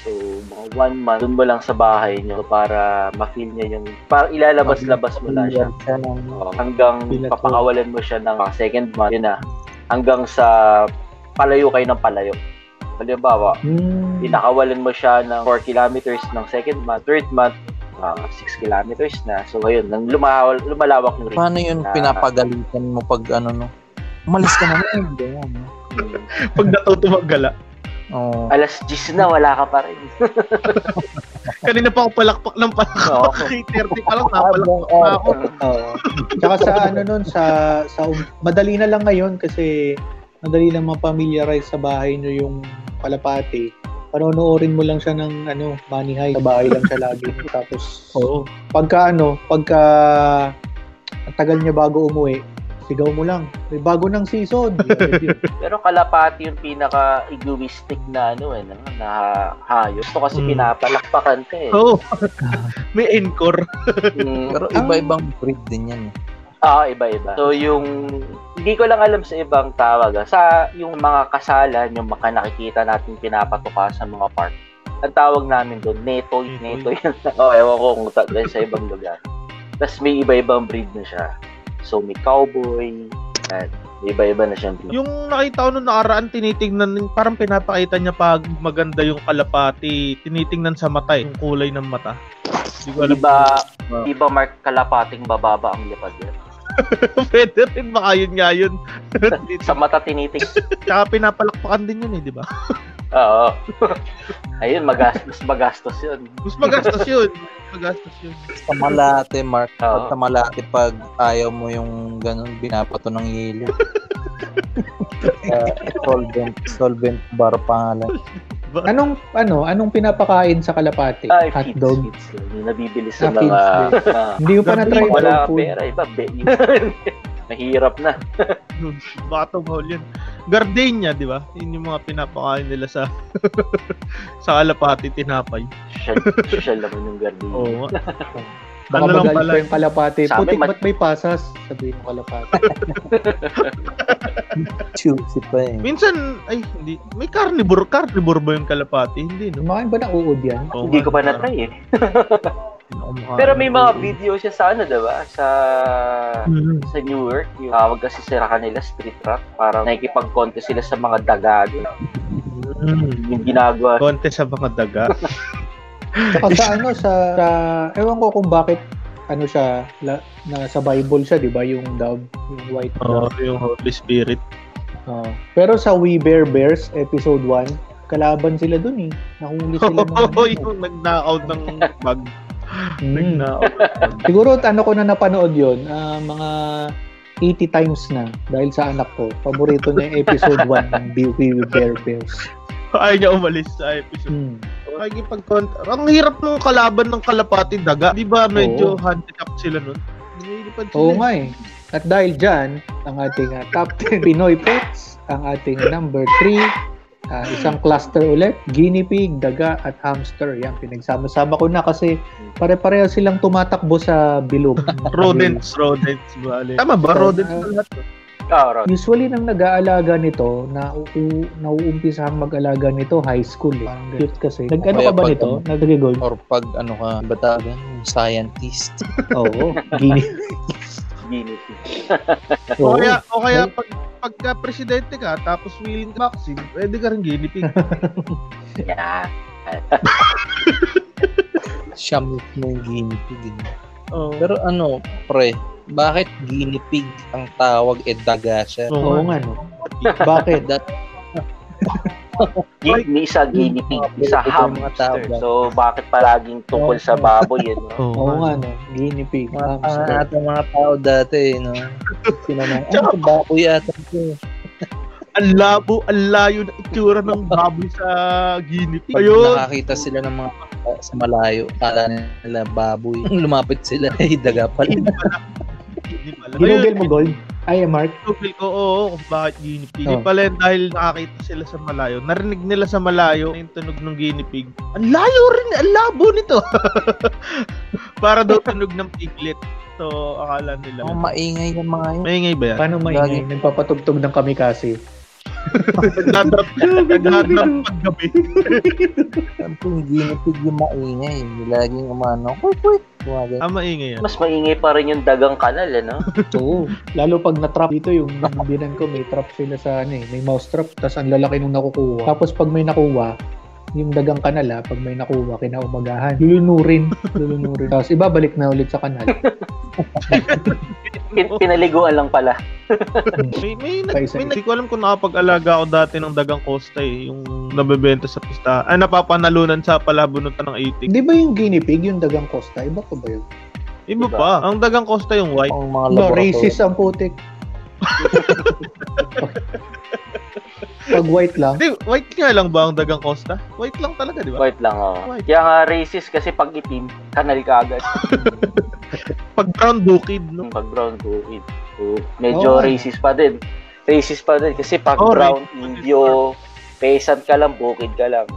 S2: so, mga one month, dun mo lang sa bahay niyo para ma-feel niya yung, para ilalabas-labas mo lang siya.
S4: Siya ng-
S2: Oo, hanggang
S3: Feel at
S2: papakawalan mo siya ng second month, yun na, hanggang sa palayo kayo ng palayo. Halimbawa,
S3: Hmm.
S2: pinakawalan mo siya ng 4 kilometers ng second month, third month, ah, 6 kilometers na. So, ayun, nang lumawal, lumalawak yung rin.
S4: Paano yun
S2: Ah.
S4: pinapagalitan mo pag ano no? Umalis ka na yun. Ganyan. no?
S1: Pag natutumaggala.
S4: Oo.
S2: Alas 10 na, wala ka pa rin.
S1: Kanina pa ako palakpak ng
S2: Oo.
S1: palakpak. 30 pa lang,
S2: Ah,
S1: napalakpak
S4: Habang-
S1: na ako.
S3: Oo. Tsaka sa ano nun, sa, sa um- madali na lang ngayon kasi madali lang mapamiliarize sa bahay nyo yung palapati. Panonoorin mo lang siya ng ano, Money High. Sa bahay lang siya lagi. Tapos,
S1: Oo.
S3: pagka ano, pagka ang tagal niya bago umuwi, sigaw mo lang. May bago ng season. Yun, yun.
S2: Pero kalapati yung pinaka-egoistic na ano eh, no? na hayop. Gusto kasi
S1: Mm. Oh.
S2: pinapalakpakan ka eh.
S1: Oo. May encore.
S2: Mm,
S4: Pero iba-ibang breed din yan. eh.
S2: ah, iba-iba. So yung, hindi ko lang alam sa ibang tawag. ah. Sa yung mga kasalan, yung mga nakikita natin pinapatuka sa mga park. Ang tawag namin doon, netoy, netoy.
S1: Netoy.
S2: oh, ewan ko kung ta- dahil sa ibang lugar. Tapos may iba-ibang breed na siya. So may cowboy, at may iba-iba na siyang breed.
S1: Yung nakita ko nung nakaraan, tinitingnan, parang pinapakita niya pag maganda yung kalapati, tinitingnan sa mata eh, yung kulay ng mata. Hindi ko alam.
S2: Iba, iba mark kalapating bababa ang lipad niya.
S1: Pwede rin, baka yun nga yun.
S2: Sa mata tinitik.
S1: Tsaka pinapalakpakan din yun eh, di ba?
S2: Oo. Ayun, magastos, magastos yun.
S1: Mas magastos yun. Mas magastos yun.
S4: Sa malate, Mark.
S2: Oo.
S4: Pag sa malate, pag ayaw mo yung ganun, binapato ng yelo. Ah, solvent, solvent bar pangalan.
S3: anong, ano, anong pinapakain sa kalapati?
S2: Ay,
S3: Hot
S2: feeds,
S3: dog.
S2: feeds lang. Yung nabibili
S3: Ah,
S2: sa
S3: feeds
S2: mga... Ah,
S3: Hindi ko pa na-try
S2: wala
S3: dog food.
S2: pera, iba, bet yun. Mahirap na.
S1: Baka tumahol yun. Gardenia, di ba? Yun yung mga pinapakain nila sa sa kalapati tinapay.
S2: Social, social naman yung garden.
S1: Oo. nga.
S3: Baka
S1: Ano lang
S3: magalit
S1: pala.
S3: pa yung kalapate.
S2: Sabi,
S3: Putik,
S2: mag-
S3: ba't may pasas? Sabihin mo kalapate.
S4: Choosy pa eh.
S1: Minsan, ay, hindi. May carnivore. Carnivore ba yung kalapati? Hindi, no?
S3: Kumakain ba ng uod yan?
S1: Oo
S2: Hindi
S1: nga,
S2: ko pa
S1: parang
S2: na-try eh.
S1: hindi ako makain.
S2: Pero may mga video siya sa ano, diba? Sa
S1: Mhm.
S2: sa New York, yung tawag kasi sila kanila street rap, parang nakikipag-contest sila sa mga dagado.
S1: Mm.
S2: Yung ginagawa
S1: Konti sa mga daga.
S3: Tsaka sa ano, sa, sa, ewan ko kung bakit, ano siya, la, na, sa Bible siya, di ba? Yung dove, yung white
S1: Oo,
S3: dove.
S1: yung Holy Spirit.
S3: Oo. Pero sa We Bear Bears, episode 1, kalaban sila dun eh. Nahuli sila ng ano.
S1: Oo, yung nag-knockout ng bag.
S3: Mm.
S1: Nag-knockout.
S3: Siguro, ano ko na napanood yun, ah, mga 80 times na dahil sa anak ko. Paborito niya yung episode 1 ng Bewee with Bear Bears.
S1: Ayaw niya umalis sa episode.
S3: Hmm.
S1: Nakikipag-contact. Ang hirap ng kalaban ng kalapati daga. Di ba medyo handicap sila nun? Nililipad sila.
S3: Oo nga eh. At dahil dyan, ang ating ah, top 10 Pinoy pets, ang ating number 3, ah, isang cluster ulit, guinea pig, daga, at hamster. Yan, pinagsama-sama ko na kasi pare-pareho silang tumatakbo sa bilog.
S1: Rodents, rodents. Bale. Tama ba? Rodents na lahat.
S2: Ah, right.
S3: Usually, nang nag-aalaga nito, na nauumpisang mag-alaga nito, high school eh. Parang cute kasi. Nag-ano ka ba
S4: Kaya pag-
S3: nito? Nag-gold?
S4: Or pag ano ka, bata ka, scientist.
S3: Oo, guinea.
S2: Guinness.
S1: O
S3: Oo.
S1: kaya, o kaya pag, pagka presidente ka, tapos willing ka vaccine, pwede ka rin guinea pig.
S2: Yeah.
S4: Siyam ng guinea pig. eh.
S1: Oo.
S4: Pero ano, pre, bakit guinea pig ang tawag e daga siya?
S3: Oo nga no. Oh, Bakit?
S4: That
S2: Gi- May isa guinea pig, isa
S4: Ito yung mga
S2: hamster. So,
S4: tao.
S2: bakit palaging tungkol sa baboy yun? No?
S3: Oo nga no. Guinea pig,
S4: mga pangalan
S3: hamster.
S4: natin mga tao dati, eh, no? Sila na,
S1: Tsaka-
S4: ano, baboy eh. yata ito.
S1: Ang labo, ang layo na itsura ng baboy sa guinea pig.
S4: Pag
S1: Ayun.
S4: nakakita sila ng mga tao sa malayo, kala nila baboy. Lumapit sila, eh, daga pala.
S1: Hindi pala.
S3: Ginugel
S1: Ayun,
S3: mo gold? Ay, Mark.
S1: Google ko, oo, kung bakit guinea pig. Hindi
S3: Oh.
S1: pala yun dahil nakakita sila sa malayo. Narinig nila sa malayo yung tunog ng guinea pig. Ang layo rin, ang labo nito. Para daw tunog ng piglet. So, akala nila.
S4: Ang maingay ng mga yun.
S1: Maingay ba yan?
S3: Paano maingay? Nagpapatugtog ng kami kasi.
S1: Nagdadrop, nagdadrop paggabi.
S4: Siyempre, hindi na pig yung maingay. Laging umano, kwek kwek. Kumagay.
S1: Ah, maingay yan.
S2: Mas maingay pa rin yung dagang kanal, ano?
S3: Oo. Lalo pag na-trap dito, yung binan ko, may trap sila sa ano eh. May mouse trap, tapos ang lalaki nung nakukuha. Tapos pag may nakuha, yung dagang kanal ah, pag may nakuha, kinaumagahan. Lulunurin. Lulunurin. tapos ibabalik na ulit sa kanal.
S2: Pin- pinaliguan lang pala.
S1: May, may, nag,
S3: Paisa-
S1: may, nag- hindi ko alam kung nakapag-alaga ako dati ng dagang costa eh, yung nabebenta sa pista. Ay, napapanalunan sa palabunutan ng itik.
S3: Di ba yung guinea pig, yung dagang costa? Iba ko ba yun?
S1: Iba
S2: Iba.
S1: pa. Ang dagang costa yung white.
S4: Ang mga
S3: No,
S4: laboratory.
S3: racist ang putik. pag white lang,
S1: Hindi, white nga lang ba ang dagang costa? White lang talaga, di ba?
S2: Wait lang, oh.
S1: Wait.
S2: Kaya nga racist kasi pag itim, kanal ka agad.
S1: Pag brown bukid, no?
S2: Pag brown, buhit. So,
S3: Oo.
S2: medyo racist pa din. Racist pa din kasi pag
S1: Oo,
S2: brown,
S1: racist.
S2: indio, peasant ka lang, bukid ka lang.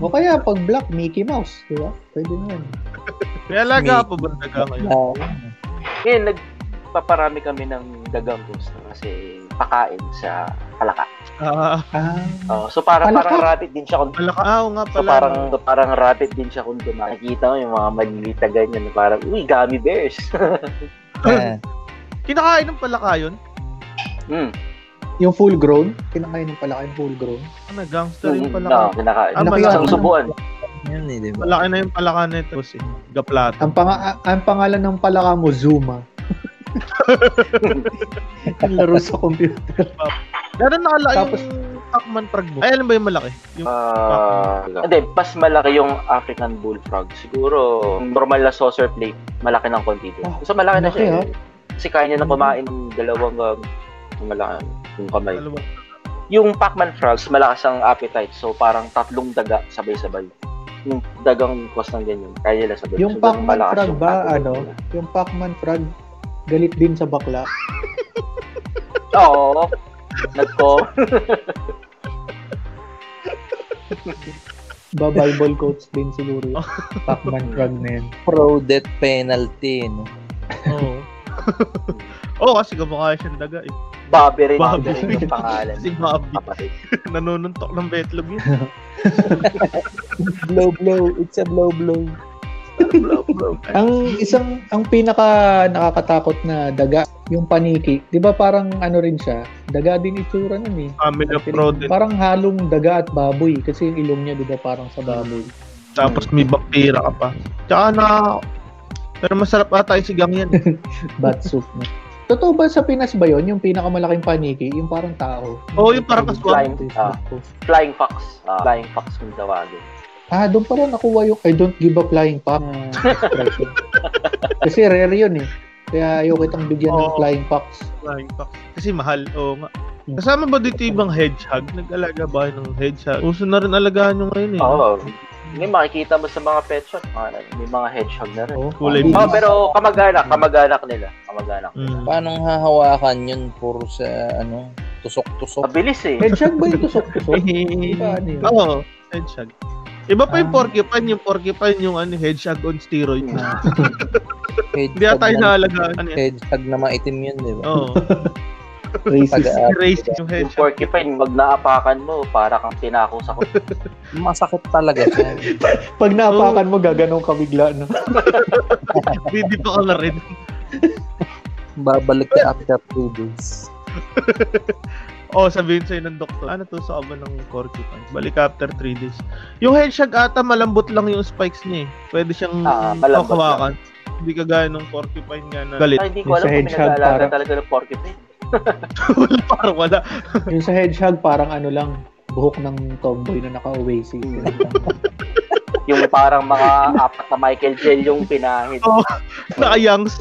S3: o kaya pag black, Mickey Mouse, di ba? Pwede na yun.
S1: May alaga pa ba ang daga ngayon?
S4: Ah,
S2: Ngayon, nagpaparami kami ng dagang gusto kasi pakain sa palaka.
S1: Ah,
S3: Ah,
S2: Oh, so para
S3: Palaka?
S2: parang rabbit din siya kung
S1: malaka. Ah, oo nga
S2: so
S1: pala.
S2: parang
S1: no?
S2: parang rabbit din siya kung dumaan. Nakikita mo yung mga maliliit na ganyan, parang uy, gummy bears.
S4: ah.
S1: Kinakain ng palaka yun?
S2: mm.
S3: yung full grown, kinakain ng palaki yung full grown.
S1: Ano, gangster yung
S2: Mm,
S1: palaka.
S2: no, kinakain.
S1: Ah,
S3: malaki.
S2: Isang subuan.
S4: Yun eh, di ba?
S1: Malaki na yung palaka nito. Kasi, gaplata.
S3: Ang, pang- ang pangalan ng palaka mo, Zuma. Ang laro sa computer.
S1: Meron nakalaki
S3: Tapos-
S1: yung Pacman frog mo. Ay, alam ba yung malaki? Yung
S2: Ah, hindi, mas malaki yung African bullfrog. Siguro, normal na saucer plate, malaki ng konti doon.
S3: Ah,
S2: so, malaki na
S3: malaki,
S2: siya.
S3: ah. Hmm.
S2: eh. Kasi kaya niya na kumain ng dalawang um, malaki yung kamay.
S1: dalawa.
S2: Yung Pacman frogs, malakas ang appetite. So, parang tatlong daga sabay-sabay. Yung dagang cost ng ganyan, kaya nila sabay.
S3: Yung
S2: So,
S3: Pac-Man
S2: malakas
S3: frog
S2: yung
S3: ba,
S2: appetite
S3: ano?
S2: nila.
S3: Yung Pac-Man frog, galit din sa bakla.
S2: Oo. Nagko.
S3: Ba-Bible coach din siguro yung Pac-Man frog na yan.
S4: Pro death penalty, no?
S1: Oo. Oo, kasi kamukha siyang daga eh.
S2: Bobby rin.
S1: Bobby.
S2: Bobby rin yung pangalan.
S1: Si Bobby.
S2: Kapatid.
S1: Nanununtok ng betlog yun.
S4: Blow, blow. It's a blow, blow.
S1: Blow, blow.
S3: Ang isang, ang pinaka nakakatakot na daga, yung paniki. Di ba parang ano rin siya, daga din itsura nun eh.
S1: Family of rodent.
S3: Parang halong daga at baboy kasi yung ilong niya di ba parang sa baboy.
S1: Tapos may bakpira ka pa. Tsaka na... Pero masarap ata yung sigang yan. eh.
S3: bat soup na. Totoo ba sa Pinas ba yon yung pinakamalaking paniki, yung parang tao?
S1: Oo, yung parang
S2: aswang. Ah. Flying fox. Ah, flying fox kung tawagin.
S3: Ah, doon pala nakuha yung I don't give a flying fuck. Kasi rare yun eh. Kaya ayaw kitang bigyan ng
S1: Oo.
S3: flying fox.
S1: Flying fox. Kasi mahal, oo nga. Kasama ba dito ibang hedgehog? Nag-alaga ba kayo ng hedgehog? Uso na rin alagaan nyo
S3: Hmm.
S1: ngayon eh.
S2: Oo. May makikita mo sa mga pet shop, mga, may mga hedgehog na rin.
S3: Oh,
S1: Kulay
S3: bilis.
S2: Oh, pero kamag-anak, kamag-anak nila. Kamag-anak.
S3: Hmm.
S1: Mm.
S4: Paano hahawakan yun? Puro sa, ano, tusok-tusok.
S2: Mabilis eh.
S3: Hedgehog ba yung tusok-tusok? Di ba ano yun?
S1: Oo, hedgehog. Iba pa yung
S3: Ah.
S1: porcupine, yung porcupine yung ano, hedgehog on steroid.
S2: Hmm.
S1: Hindi ata
S4: Hedgehog na-
S1: inaalagaan. Ano yan?
S4: Hedgehog na maitim yun, di ba?
S1: Oo,
S3: Racist.
S1: race yung
S2: Yung
S1: hedgehog.
S2: porcupine, pag naapakan mo, para kang tinako sa kutsa.
S4: Masakit talaga siya.
S3: Pag naapakan mo, gaganong ka bigla, no?
S1: Hindi pa ka na rin.
S4: Babalik ka after two days.
S1: Oo, Oh, sabihin sa'yo ng doktor, ano to, sa ba ng porcupine? Balik after 3 days. Yung hedgehog ata, malambot lang yung spikes niya eh. Pwede siyang
S2: Ah, malambot
S1: kakawakan. Hindi kagaya ng porcupine nga na galit.
S2: Ah, hindi ko
S3: Sa
S2: alam kung
S3: hedgehog,
S2: pinag-aalaga
S3: para-
S2: talaga ng porcupine.
S1: Wala, parang wala.
S3: Yung sa hedgehog, parang ano lang, buhok ng tomboy na naka-oasis.
S2: Yung parang mga apat na Michael Gel yung pinahid.
S1: Oh. Nakayangs.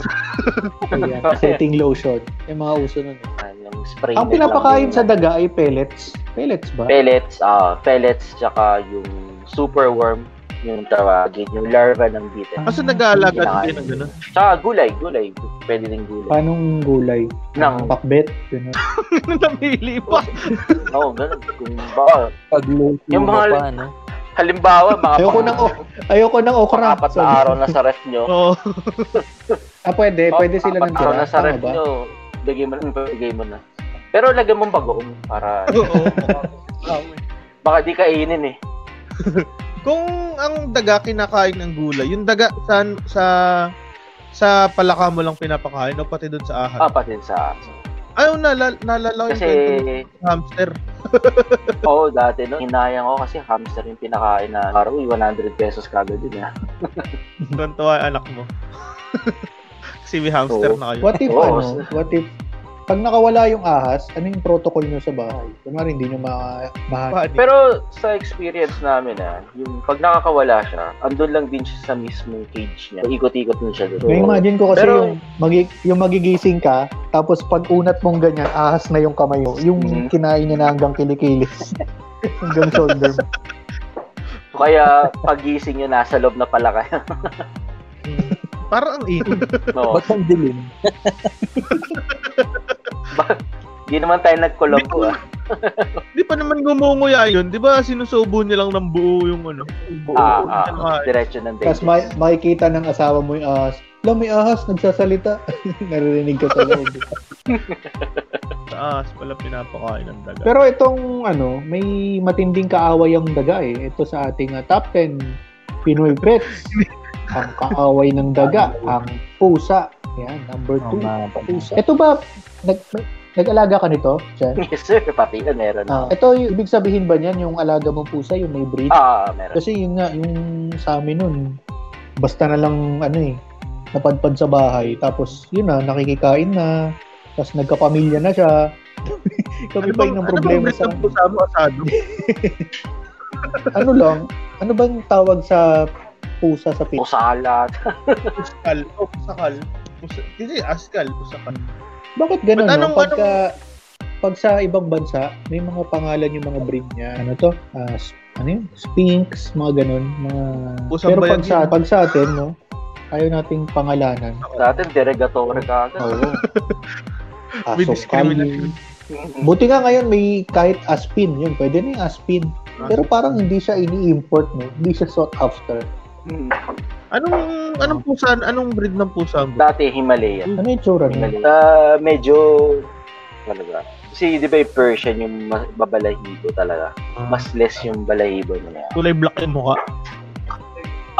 S3: Ayan, setting lotion. Yung mga uso nun. eh.
S2: Ah, Yung spray.
S3: Ang
S2: na lang
S3: pinapakain
S2: yung
S3: sa daga ay pellets. Pellets ba?
S2: Pellets, ah, pellets, tsaka yung super worm, yung tawagin, yung larva ng beetle.
S1: Kasi nag-aalaga din ng ganun.
S2: Tsaka gulay, gulay. Pwede rin gulay.
S3: Paanong gulay?
S2: Nang-
S3: Pakbet? Yun, no?
S1: Ganun namili pa.
S2: Oo, ganun. Kung baka,
S4: Pagluto
S2: Yung
S4: yung
S2: mga-
S4: pa, ano? no?
S2: halimbawa, mga
S3: Ayoko
S2: pang-
S3: ng, o- ayoko ng okra.
S2: pang-apat na
S3: Sorry.
S2: araw na sa ref nyo.
S1: Oo.
S3: Ah, pwede. Pwede sila
S2: Apat
S3: ng
S2: araw
S3: tira.
S2: na sa
S3: Tama
S2: ref
S3: ba?
S2: nyo. Bigay mo na, bigay mo na. Pero lagyan mong bagoong para
S1: Oo.
S2: baka di kainin eh.
S1: Kung ang daga kinakain ng gulay, yung daga sa sa sa palaka mo lang pinapakain o pati doon sa ahas.
S2: Ah, pati sa aso.
S1: Ayaw na nalala yung
S2: Kasi,
S1: kwento ng hamster.
S2: oo, dati no, hinayang ko kasi hamster yung pinakain na araw, uy, 100 pesos kagad din ah.
S1: Tuwan-tuwa yung anak mo. Kasi may hamster
S2: Oo.
S1: na kayo.
S3: What if,
S2: Oo.
S3: ano, what if, pag nakawala yung ahas, ano yung protocol nyo sa bahay? Kunwari, hindi nyo ma mahanap.
S1: Funny.
S2: Pero sa experience namin ah, yung pag nakakawala siya, andun lang din siya sa mismong cage niya. Ikot-ikot din siya doon.
S3: May imagine ko kasi yung,
S2: Pero-
S3: magi, yung magigising ka, tapos pag unat mong ganyan, ahas na yung kamay mo. Yung
S2: Mhm.
S3: kinain niya na hanggang kilikilis. hanggang shoulder mo.
S2: So, kaya pagising niya nasa loob na pala kayo.
S1: Parang ang ito.
S2: No,
S4: Ba't ang dilim?
S2: di naman tayo nagkolombo ah.
S1: Di pa naman gumunguya yun. Di ba sinusubo niya lang ng buo yung ano? Buo.
S2: Ah,
S1: yung
S2: ah,
S1: ano,
S2: ah, diretso ng
S3: Tapos
S2: digest.
S3: may, makikita ng asawa mo yung ahas. Alam, may ahas, nagsasalita. Naririnig ka sa loob.
S1: Taas pala pinapakain ng daga.
S3: Pero itong ano, may matinding kaaway ang daga eh. Ito sa ating ah, top 10 Pinoy Pets. ang kaaway ng daga, ang pusa. Yan, number
S1: Oh,
S3: 2. pusa. Ito ba, nag, nag-alaga ka nito, Chen?
S2: Yes sir, pati yun meron.
S3: Ah, ito, yung, ibig sabihin ba niyan, yung alaga mong pusa, yung may breed?
S2: Ah, meron.
S3: Kasi yun nga, yung sa amin nun, basta na lang, ano eh, napadpad sa bahay. Tapos, yun na, nakikikain na. Tapos, nagkapamilya na siya. Kami
S1: Ano
S3: pa
S1: bang-
S3: yun ang
S1: ano bang
S3: problema
S1: breed
S3: sa...
S1: ng pusa mo, asado?
S3: ano lang, ano bang tawag sa pusa sa Pilipinas?
S2: Pusala.
S1: Puskal. O, pusakal. Oh, Pusa- Hindi, askal. Pusakal.
S3: Bakit ganun,
S1: But
S3: no?
S1: anong-
S3: Pagka, pag sa ibang bansa, may mga pangalan yung mga breed niya. Ano to? Ah, s- ano yun? Sphinx, mga ganun. Mga...
S1: Pusang
S3: Pero pag
S1: bayag
S3: sa,
S1: yun.
S3: pag sa atin, no? Ayaw nating pangalanan.
S2: Sa atin, deregatory ka agad.
S3: Oo.
S1: May
S3: Aso
S1: discrimination.
S3: kami. Buti nga ngayon may kahit aspin yun. Pwede na yung aspin.
S1: Ah.
S3: Pero parang hindi siya ini-import, no? Hindi siya sought after.
S2: Mm.
S1: Anong, anong
S3: Ah.
S1: pusa, anong breed ng pusa mo?
S2: Dati, Himalaya.
S3: Ano yung tsura niya?
S2: Himalaya. Ah, medyo, ano ba? Kasi di ba yung Persian yung mas- babalahibo talaga? Mas less yung balahibo niya.
S1: Kulay black yung mukha.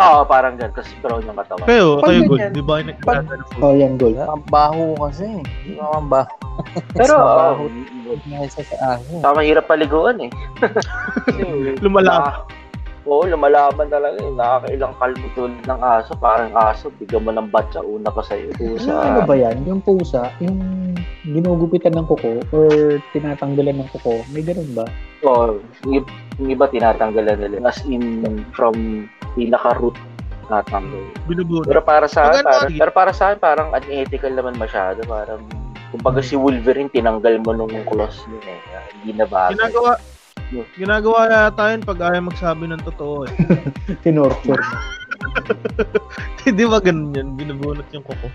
S2: Oo, parang ganun. Tapos brown yung katawan.
S1: Kayo, kayo
S3: Pag ganyan,
S1: good. Di ba yung
S3: pag-
S1: nagkakata ng pusa?
S3: Oh, yan, gold.
S4: Ang baho kasi. Hindi ka ang baho.
S2: Pero,
S4: Mas
S2: ah,
S4: mabaho kaysa sa akin.
S2: Saka mahirap paliguan eh. Kasi,
S1: Lumalaban.
S2: na- Oo, lumalaban talaga eh. Nakakailang kalmo tulad ng aso. Parang aso, bigyan mo ng batsa, una pa sa'yo. Pusa.
S3: Yung ano ba yan? Yung pusa, yung ginugupitan ng kuko or tinatanggalan ng kuko, may ganun ba?
S2: Oo, yung, yung iba tinatanggalan nila. As in, from pinaka-root natanggal.
S1: Binubura.
S2: Pero para sa akin,
S1: Maganda.
S2: parang, pero para sa akin, parang unethical naman masyado. Parang, kumbaga si Wolverine, tinanggal mo nung claws yun eh. Ah, Hindi na bagay.
S1: Ginagawa Ginagawa yata yun pag ayaw magsabi ng totoo eh.
S3: Tinorture mo.
S1: Hindi ba ganun yun? Binubunot yung kuko.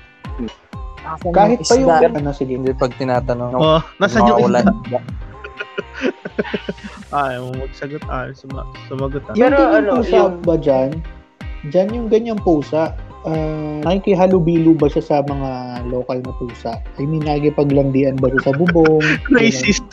S3: Kahit pa yung
S4: Isda.
S3: ano, sige.
S4: Hindi pag tinatanong.
S1: Oh, nasa yung
S4: Mawawala.
S1: isda? Ayaw mo magsagot. Ayaw suma- sumagot. ah.
S3: Yung
S2: Pero
S3: ganyang
S2: ano,
S3: pusa
S2: yung-
S3: ba dyan? Dyan yung ganyang pusa. Uh, nakikihalubilo ba siya sa mga local na pusa? I mean, nakikipaglandian ba siya sa bubong?
S1: Racist.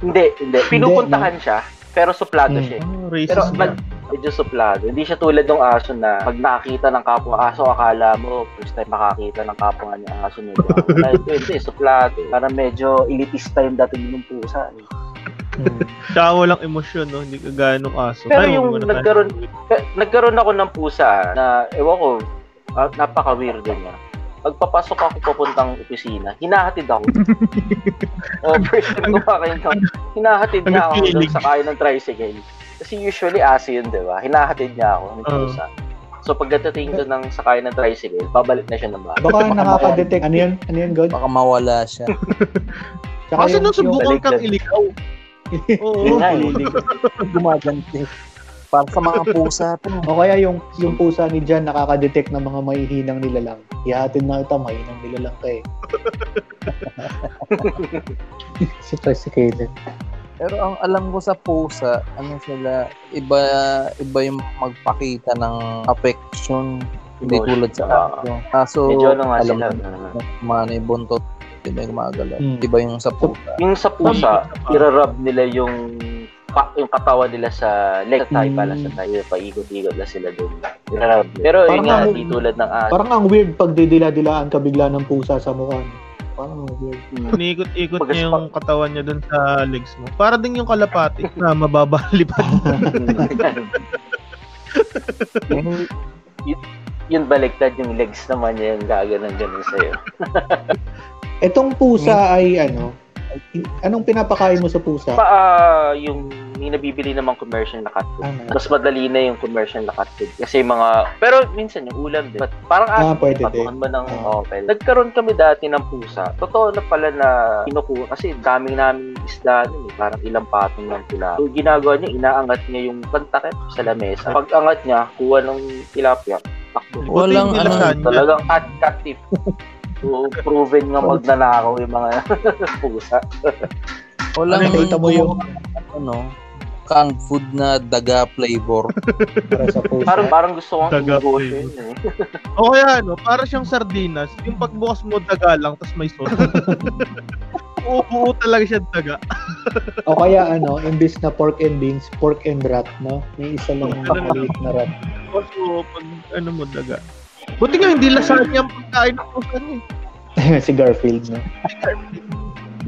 S2: Hindi, hindi. Pinupuntahan siya, pero suplado
S3: Hmm.
S2: siya. eh.
S1: Oh, racist.
S2: Pero
S1: na.
S2: mag, medyo suplado. Hindi siya tulad ng aso na pag nakakita ng kapwa aso, akala mo first time makakita ng kapwa niya aso niya. Wala, Ito, ito, eh, suplado. Parang medyo elitista yung dating ng pusa. eh.
S3: Hmm.
S1: Tsaka walang emosyon, no? Hindi kagaya nung aso.
S2: Pero
S1: Ay, wala
S2: yung
S1: tayo.
S2: nagkaroon eh, nagkaroon ako ng pusa na ewan ko ah, napaka-weirdo niya. Pagpapasok ako papuntang opisina, hinahatid ako. oh, first time ko pa kayo na- hinahatid niya ako
S1: Ang
S2: doon
S1: Ano? feeling.
S2: sa kayo ng tricycle. Kasi usually aso yun, di ba? Hinahatid niya ako ng
S1: Oo.
S2: pusa. So pagdating ko ng sakay ng tricycle, babalik na siya ng bahay.
S3: Baka nakaka-detect. Ano yan? Ano yan, God?
S4: Baka mawala siya.
S3: Tsaka
S1: Kasi
S3: yung-
S1: nung subukan
S2: balik
S1: kang
S2: lang.
S1: iligaw.
S2: Yun
S1: Oo.
S2: nga, eh.
S4: Maliligo. Gumaganti. Para sa mga pusa po.
S3: yung- O kaya yung, yung pusa ni Jan nakaka-detect ng mga mahihinang nilalang. Ihatin na ito, mahihinang nilalang ka eh. si Tricycle.
S4: Pero ang alam ko sa pusa, ano sila, iba iba yung magpakita ng affection. Hindi
S2: Emotion.
S4: tulad sa
S2: Ah.
S4: aso. Aso,
S2: Medyo ano nga
S4: alam
S2: sila.
S4: mo, kumano yung buntot, hindi gumagalaw.
S3: Hmm.
S4: Iba yung sa pusa.
S2: Yung sa pusa, irarub nila yung pa, yung katawan nila sa leg sa tayo pala sa tayo paikot-ikot na sila doon. Irarub. nila. Pero yun
S3: Parang
S2: nga,
S3: ang-
S2: di tulad ng aso.
S3: Parang ang weird pag didila-dilaan ka bigla ng pusa sa mukha. no? Parang ang weird.
S1: Iniikot-ikot
S2: Magaspa.
S1: niya yung katawan niya dun sa legs mo. Para ding yung kalapati na mababa ang lipad.
S4: Yung-
S2: yun baliktad yung legs naman niya yung gaganan ganun sa'yo.
S3: Etong pusa ay ano? Anong pinapakain mo sa pusa?
S2: Pa, ah, yung may nabibili namang commercial na cat food.
S3: Ano?
S2: Mas madali na yung commercial na cat food. Kasi yung mga, pero minsan yung ulam din. But parang
S3: Ah,
S2: atin,
S3: pwede
S2: patuhan mo ng
S3: Ah.
S2: opel. Nagkaroon kami dati ng pusa. Totoo na pala na kinukuha kasi daming namin isda nun eh. Parang ilang patong ng pula. So, ginagawa niya, inaangat niya yung pantakip sa lamesa. Pag angat niya, kuha ng tilapia. Takbo.
S1: Puti yung
S4: Walang ano,
S1: nilasan niya.
S2: Talagang cat captive. So, proven nga magnanakaw yung mga pusa.
S4: Walang
S1: Ano yung
S3: nakita mo yung-
S4: ano, kang food na daga flavor.
S3: Para sa pusa.
S2: Parang, parang gusto kong
S1: Daga
S2: inugos
S1: flavor.
S2: yun eh.
S1: O kaya ano, para siyang sardinas. Yung pagbukas mo, daga lang, tas may sauce. Oo, talaga siya daga.
S3: o kaya ano, imbis na pork and beans, pork and rat, no? May isa lang yung maliit Ano na rat.
S1: Oso, pag ano mo, daga. Buti nga, hindi lasagna ang pagkain ng pusa niya. eh.
S3: si Garfield, no?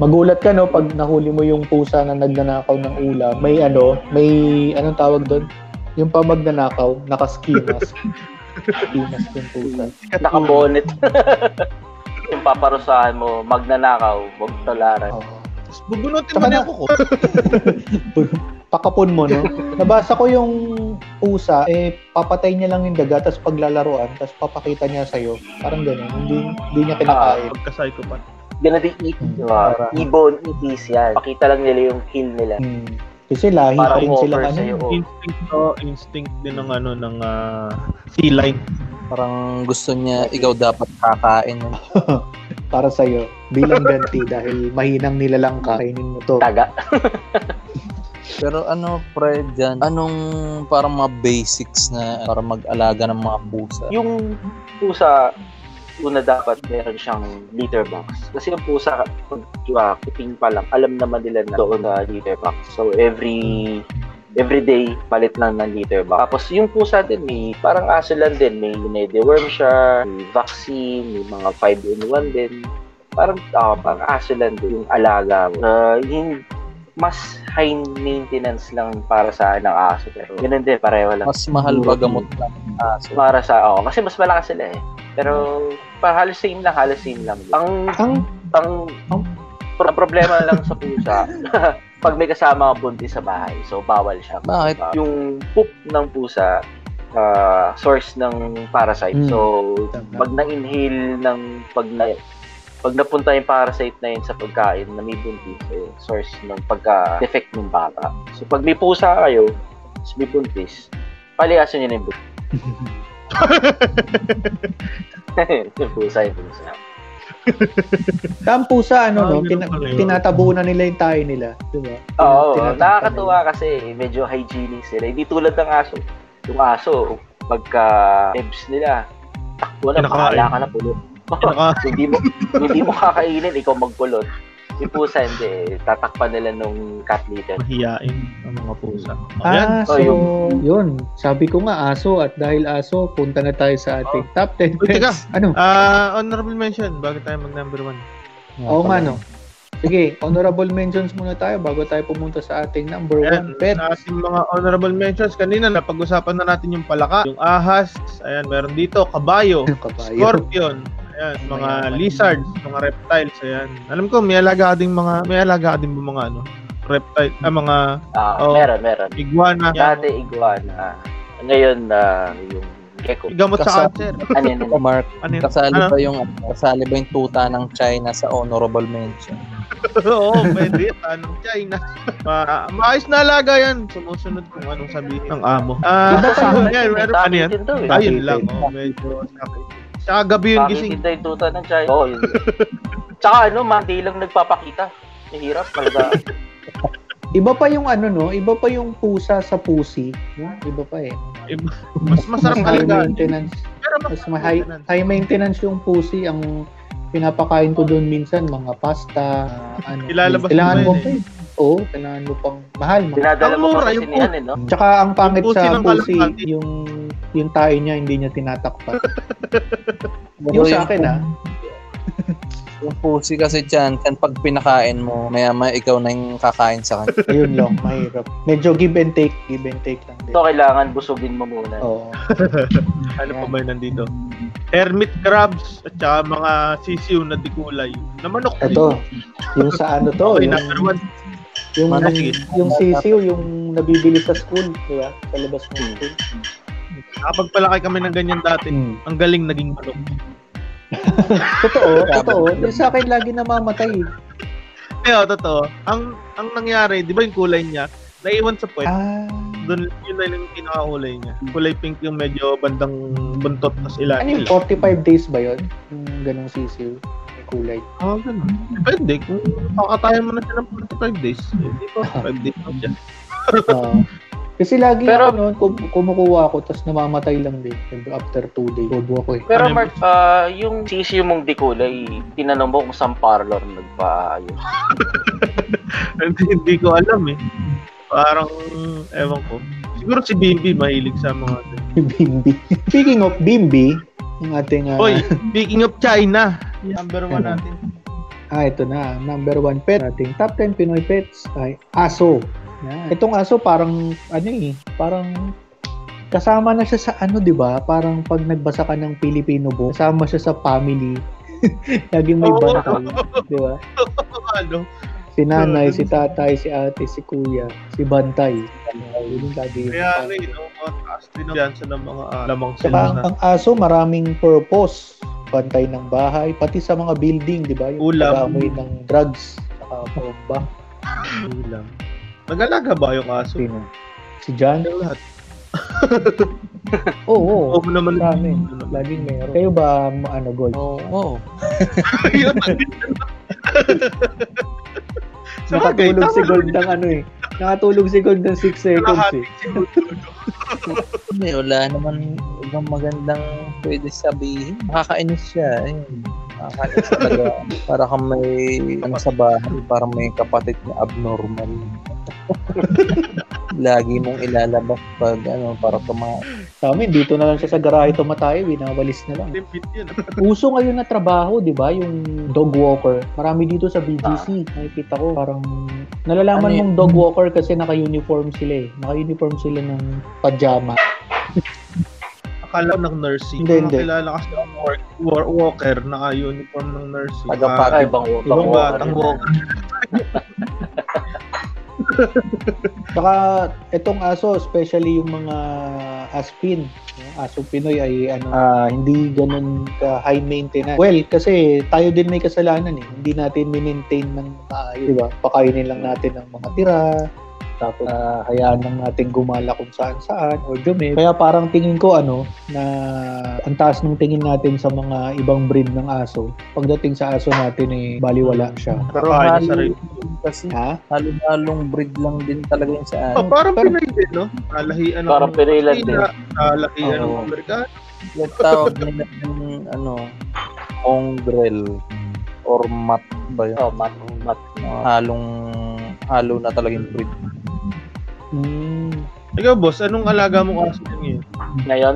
S3: Magulat ka, no? Pag nahuli mo yung pusa na nagnanakaw ng ulam, may ano, may, anong tawag doon? Yung pa magnanakaw, nakaskinas. Skinas yung pusa.
S2: eh.
S1: Sikat ulo.
S2: Nakabonet. Kung paparusahan mo, magnanakaw, huwag tolaran.
S3: Oo.
S1: Tas Bubunutin mo
S3: Saka
S1: na
S3: na-
S1: yung
S2: oh.
S1: kuko.
S3: pakapon mo, no? Nabasa ko yung pusa, eh, papatay niya lang yung daga, tapos paglalaruan, tapos papakita niya sa'yo. Parang gano'n, hindi, hindi niya kinakain.
S1: Pagka-psychopath.
S2: Ganun din eat, di ba? Ibon, itis yan. Pakita lang nila yung kill nila.
S3: Hmm. Kasi lahi pa
S2: Ah. Parang
S3: rin sila
S2: offer
S3: ano.
S2: sa'yo. oh.
S1: Instinct to, instinct din ng ano, ng ah, sea lion.
S4: Parang gusto niya, ikaw dapat kakain.
S3: para sa'yo. Bilang ganti dahil mahinang nilalang ka, kainin mo to.
S2: Taga.
S4: Pero ano, pre, dyan, anong parang mga basics na para mag-alaga ng mga pusa?
S2: Yung pusa, una dapat meron siyang litter box. Kasi yung pusa, pag uh, kuting pa lang, alam naman nila na doon na litter box. So every every day, palit lang ng litter box. Tapos yung pusa din, may parang aso lang din. May nade-worm siya, may vaccine, may mga 5-in-1 din. Parang, ah, parang aso lang din yung alaga mo. Ah, yung mas high maintenance lang para sa akin ng aso. Pero ganun din, pareho lang
S4: Mas mahal ba gamot lang ng aso?
S2: para sa oo kasi mas malakas sila eh pero pa halos same lang halos same lang ang
S3: Ang,
S2: ang
S3: ang-
S2: pro- problema lang sa pusa pag may kasama ang buntis sa bahay so bawal siya
S4: Bakit?
S2: Uh, yung poop ng pusa ah, source ng parasite.
S5: Mm.
S2: So,
S3: Tama.
S2: pag na-inhale ng pag na pag napunta yung parasite na yun sa pagkain na may buntis, eh, source ng pagka-defect ng bata. So, pag may pusa kayo, tapos may buntis, paliasin nyo na yung buntis. yung pusa, yung pusa.
S3: Tam pusa, ano,
S1: Ah,
S3: no?
S1: ganun
S3: Pina-
S1: pala yun.
S3: tinatabo
S1: ano,
S3: na nila yung tayo nila. Diba?
S2: Oo,
S3: Tinatampo na
S2: nakakatuwa kasi medyo hygienic sila. Hindi tulad ng aso. Yung aso, pagka ebs nila, takbo na,
S1: Kinakain.
S2: pakala ka na pulo.
S1: Kinaka-
S2: hindi mo hindi mo kakainin, ikaw magkulot. Yung pusa, hindi. eh. Tatakpan nila nung cat litter.
S1: mahiyain ang mga pusa. O, yan.
S3: Ah, so,
S2: Oh, yung-
S3: yun. Sabi ko nga, aso. At dahil aso, punta na tayo sa ating
S2: Oh.
S3: top 10
S1: Uy, teka.
S3: pets. Ano?
S1: Ah, honorable mention bago tayo mag number one.
S3: Oo nga, no? Sige, honorable mentions muna tayo bago tayo pumunta sa ating number
S1: Ayan, Ah,
S3: one pet.
S1: ating mga honorable mentions kanina napag-usapan na natin yung palaka, yung ahas, ayan meron dito kabayo,
S3: Ano Kabayo.
S1: scorpion, ayan mga
S3: Mayaman.
S1: lizards, mga reptiles, ayan. Alam ko may alaga ka ding mga may alaga ka din ba mga ano, reptile, ah, mga
S2: Ah,
S1: Oo.
S2: meron, meron.
S1: iguana,
S2: Dati iguana. Ngayon na yung gecko.
S1: gamot sa
S4: Kasama.
S1: cancer.
S2: Ano yun?
S4: Ito, Mark,
S1: Ano yun?
S4: kasali
S1: Ano?
S4: ba yung kasali ba yung tuta ng China sa honorable mention?
S1: Oo, pwede. Anong China? Ma maayos na alaga yan. Sumusunod kung anong sabihin ng amo. Ah,
S2: Kasama
S1: yun,
S2: yun,
S1: meron
S2: dami
S1: ano yan?
S2: din daw eh.
S1: Ayun lang. Oh, medyo sakit. Tsaka gabi yung gising.
S2: Pakikita yung tuta ng China. Oo, yun. Tsaka ano, mandi lang nagpapakita. Mahirap talaga.
S3: Iba pa yung ano, no? Iba pa yung pusa sa pusi. No? Iba pa eh.
S1: Mas masarap
S3: high
S1: alagaan.
S3: maintenance.
S1: Pero
S3: Mas
S1: mas
S3: ma- high, high maintenance yung pusi. Ang pinapakain ko doon minsan, mga pasta,
S1: Ah,
S3: ano.
S1: Ilalabas
S3: kailangan
S1: mo
S3: mo
S1: yun eh.
S3: Oo, kailangan mo pang mahal. mahal.
S2: Dinadala
S1: Ang
S2: mo
S1: mura,
S2: pa kasi
S1: yung
S2: ni ano, no?
S3: Tsaka ang pangit
S1: Yung pusi
S3: sa
S1: ng
S3: pusi,
S1: kalapati.
S3: yung yung tayo niya hindi niya tinatakpan. yung sa akin ah.
S4: Yung pusi kasi dyan, kan pag pinakain mo, maya maya ikaw na yung kakain sa kanya.
S3: Ayun lang, mahirap. Medyo give and take, give and take lang din.
S2: Ito kailangan busugin mo muna.
S3: Oo.
S1: Ano pa ba yun nandito? Hermit crabs at saka mga sisiw na di kulay. Na manok.
S3: Ito, yung sa ano to,
S1: Okay,
S3: yung,
S1: number one.
S3: yung,
S1: Ano, sige.
S3: yung sisiw, yung nabibili sa school, di ba? Sa labas ng school.
S1: Nakapagpalaki kami ng ganyan dati.
S3: Hmm.
S1: Ang galing naging manok.
S3: Totoo, totoo. Yung sa akin lagi namamatay. eh.
S1: Kaya totoo. Ang ang nangyari, di ba yung kulay niya? Naiwan sa puwet.
S3: Ah,
S1: Doon yun na yung pinakakulay niya. Kulay pink yung medyo bandang buntot tas ilalim.
S3: ano yung 45 days ba yun? Yung ganong sisiw, may kulay.
S1: Oo, Ah, ganun. Depende. Kung pakatayan mo na siya ng 45 days, hindi pa 5 days na siya.
S3: Oo. Ah. kasi lagi
S2: Pero-
S3: Pero, ano, kum- kumukuha ako, tapos namamatay lang din. Siyempre, after two days, bobo ako eh.
S1: Ano
S2: Pero
S1: yun?
S2: Mark, ah, yung sisiyo mong di kulay, tinanong mo kung saan parlor nagpaayos.
S1: Hindi, hindi ko alam eh. Parang, ewan ko. Siguro si Bimbi mahilig sa mga...
S3: Bimbi. Speaking of Bimbi, yung ating... ah,
S1: Oy, speaking of China, number one natin.
S3: Ah, ito na. Number one pet. Ating top 10 Pinoy pets ay aso. Yan. Itong aso parang, ano eh, parang kasama na siya sa ano, di ba? Parang pag nagbasa ka ng Filipino book, kasama siya sa family. Laging may
S1: Oo.
S3: bantay, di ba?
S1: Ano?
S3: Si nanay, si tatay, si ate, si kuya, si bantay. Yun yung lagi yun.
S1: Kaya ano yun, ang mga taas din yan sa ng mga ah, lamang sila
S3: Saka ang,
S1: na
S3: ang aso maraming purpose. Bantay ng bahay, pati sa mga building, di ba? Yung
S1: Ulam.
S3: pag-amoy ng drugs, saka bomba.
S1: ulam. Nag-alaga ba yung aso?
S3: Sino? Si John?
S1: Yung lahat.
S3: Oo, oo.
S1: Oo mo naman.
S3: Marami.
S1: ano.
S3: Laging meron. Kayo ba, m- ano, gold?
S4: Oo. Oh,
S1: Yun, ang ganda. Sa bagay,
S3: Nakatulog si
S1: tama
S3: Gold ng ano eh. Nakatulog si Gold ng 6 seconds eh.
S4: Hindi, wala naman ibang magandang pwede sabihin. Makakainis siya. Eh. Makakainis talaga. para kang may ano sa bahay, para may kapatid na abnormal. Lagi mong ilalabas pag ano, para tuma
S3: Sa amin, dito na lang siya sa garahe tumatayo, binawalis na lang.
S1: Tipit yun.
S3: Uso ngayon na trabaho, di ba? Yung dog walker. Marami dito sa BGC. Nakikita ko, parang nalalaman
S4: Ano yun?
S3: mong dog walker kasi naka-uniform sila eh. Naka-uniform sila ng pajama.
S1: Akala ko ng nursing.
S3: Hindi, hindi.
S1: Makilala kasi ng work, war, walker na uniform ng nursing. Ah,
S4: Tagapag-
S2: Ay, bang
S1: Ibang
S2: utang
S1: batang walker.
S3: Saka itong aso, especially yung mga aspin, aso Pinoy ay ano, ah, hindi ganun ka high maintenance. Well, kasi tayo din may kasalanan eh. Hindi natin minimaintain ng maayos, di ba? Pakainin lang natin ng mga tira, tapos ah, hayaan lang natin gumala kung saan saan or dumi. Kaya parang tingin ko ano na ang taas ng tingin natin sa mga ibang breed ng aso. Pagdating sa aso natin eh baliwala siya.
S1: Pero ayos sa sarili.
S4: Kasi
S3: Ha?
S4: halo-halong breed lang din talaga yung sa
S1: Oh,
S4: ano.
S1: parang
S3: Pero-
S1: Pinoy din, no? ano, Kalahian ng
S2: Parang Pinoy lang din.
S1: Kalahian ah, ng
S4: Oo.
S1: Amerikano.
S4: Yung tawag nila ng ano, mongrel or mat ba yun?
S2: Oh, mat, mat.
S4: Mga halong halo na talaga yung breed.
S3: Hmm.
S1: Ikaw, boss, anong alaga mo kaso ngayon?
S2: Ngayon,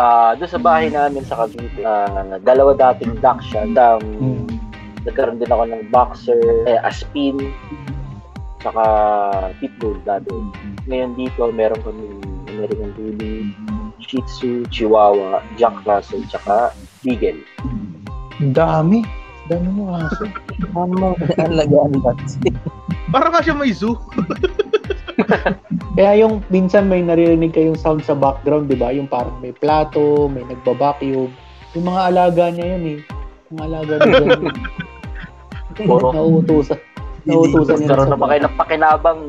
S2: ah doon sa bahay namin sa Cavite, ah, dalawa dating duck siya. Dam, nagkaroon din ako ng boxer, eh, aspin, saka pitbull dati. Ngayon dito, meron kami American Bully, Shih Tzu, Chihuahua, Jack Russell, tsaka Beagle.
S3: Dami. Dami mo aso.
S4: Ano, alagaan natin.
S1: Parang kasi may zoo.
S3: Kaya yung minsan may naririnig kayong sound sa background, di ba? Yung parang may plato, may nagbabacuum. Yung mga alaga niya yun eh. Yung alaga niya yun.
S2: Puro.
S3: nauutusan. Nauutusan niya.
S2: Nagkaroon na ba kayo ng pakinabang?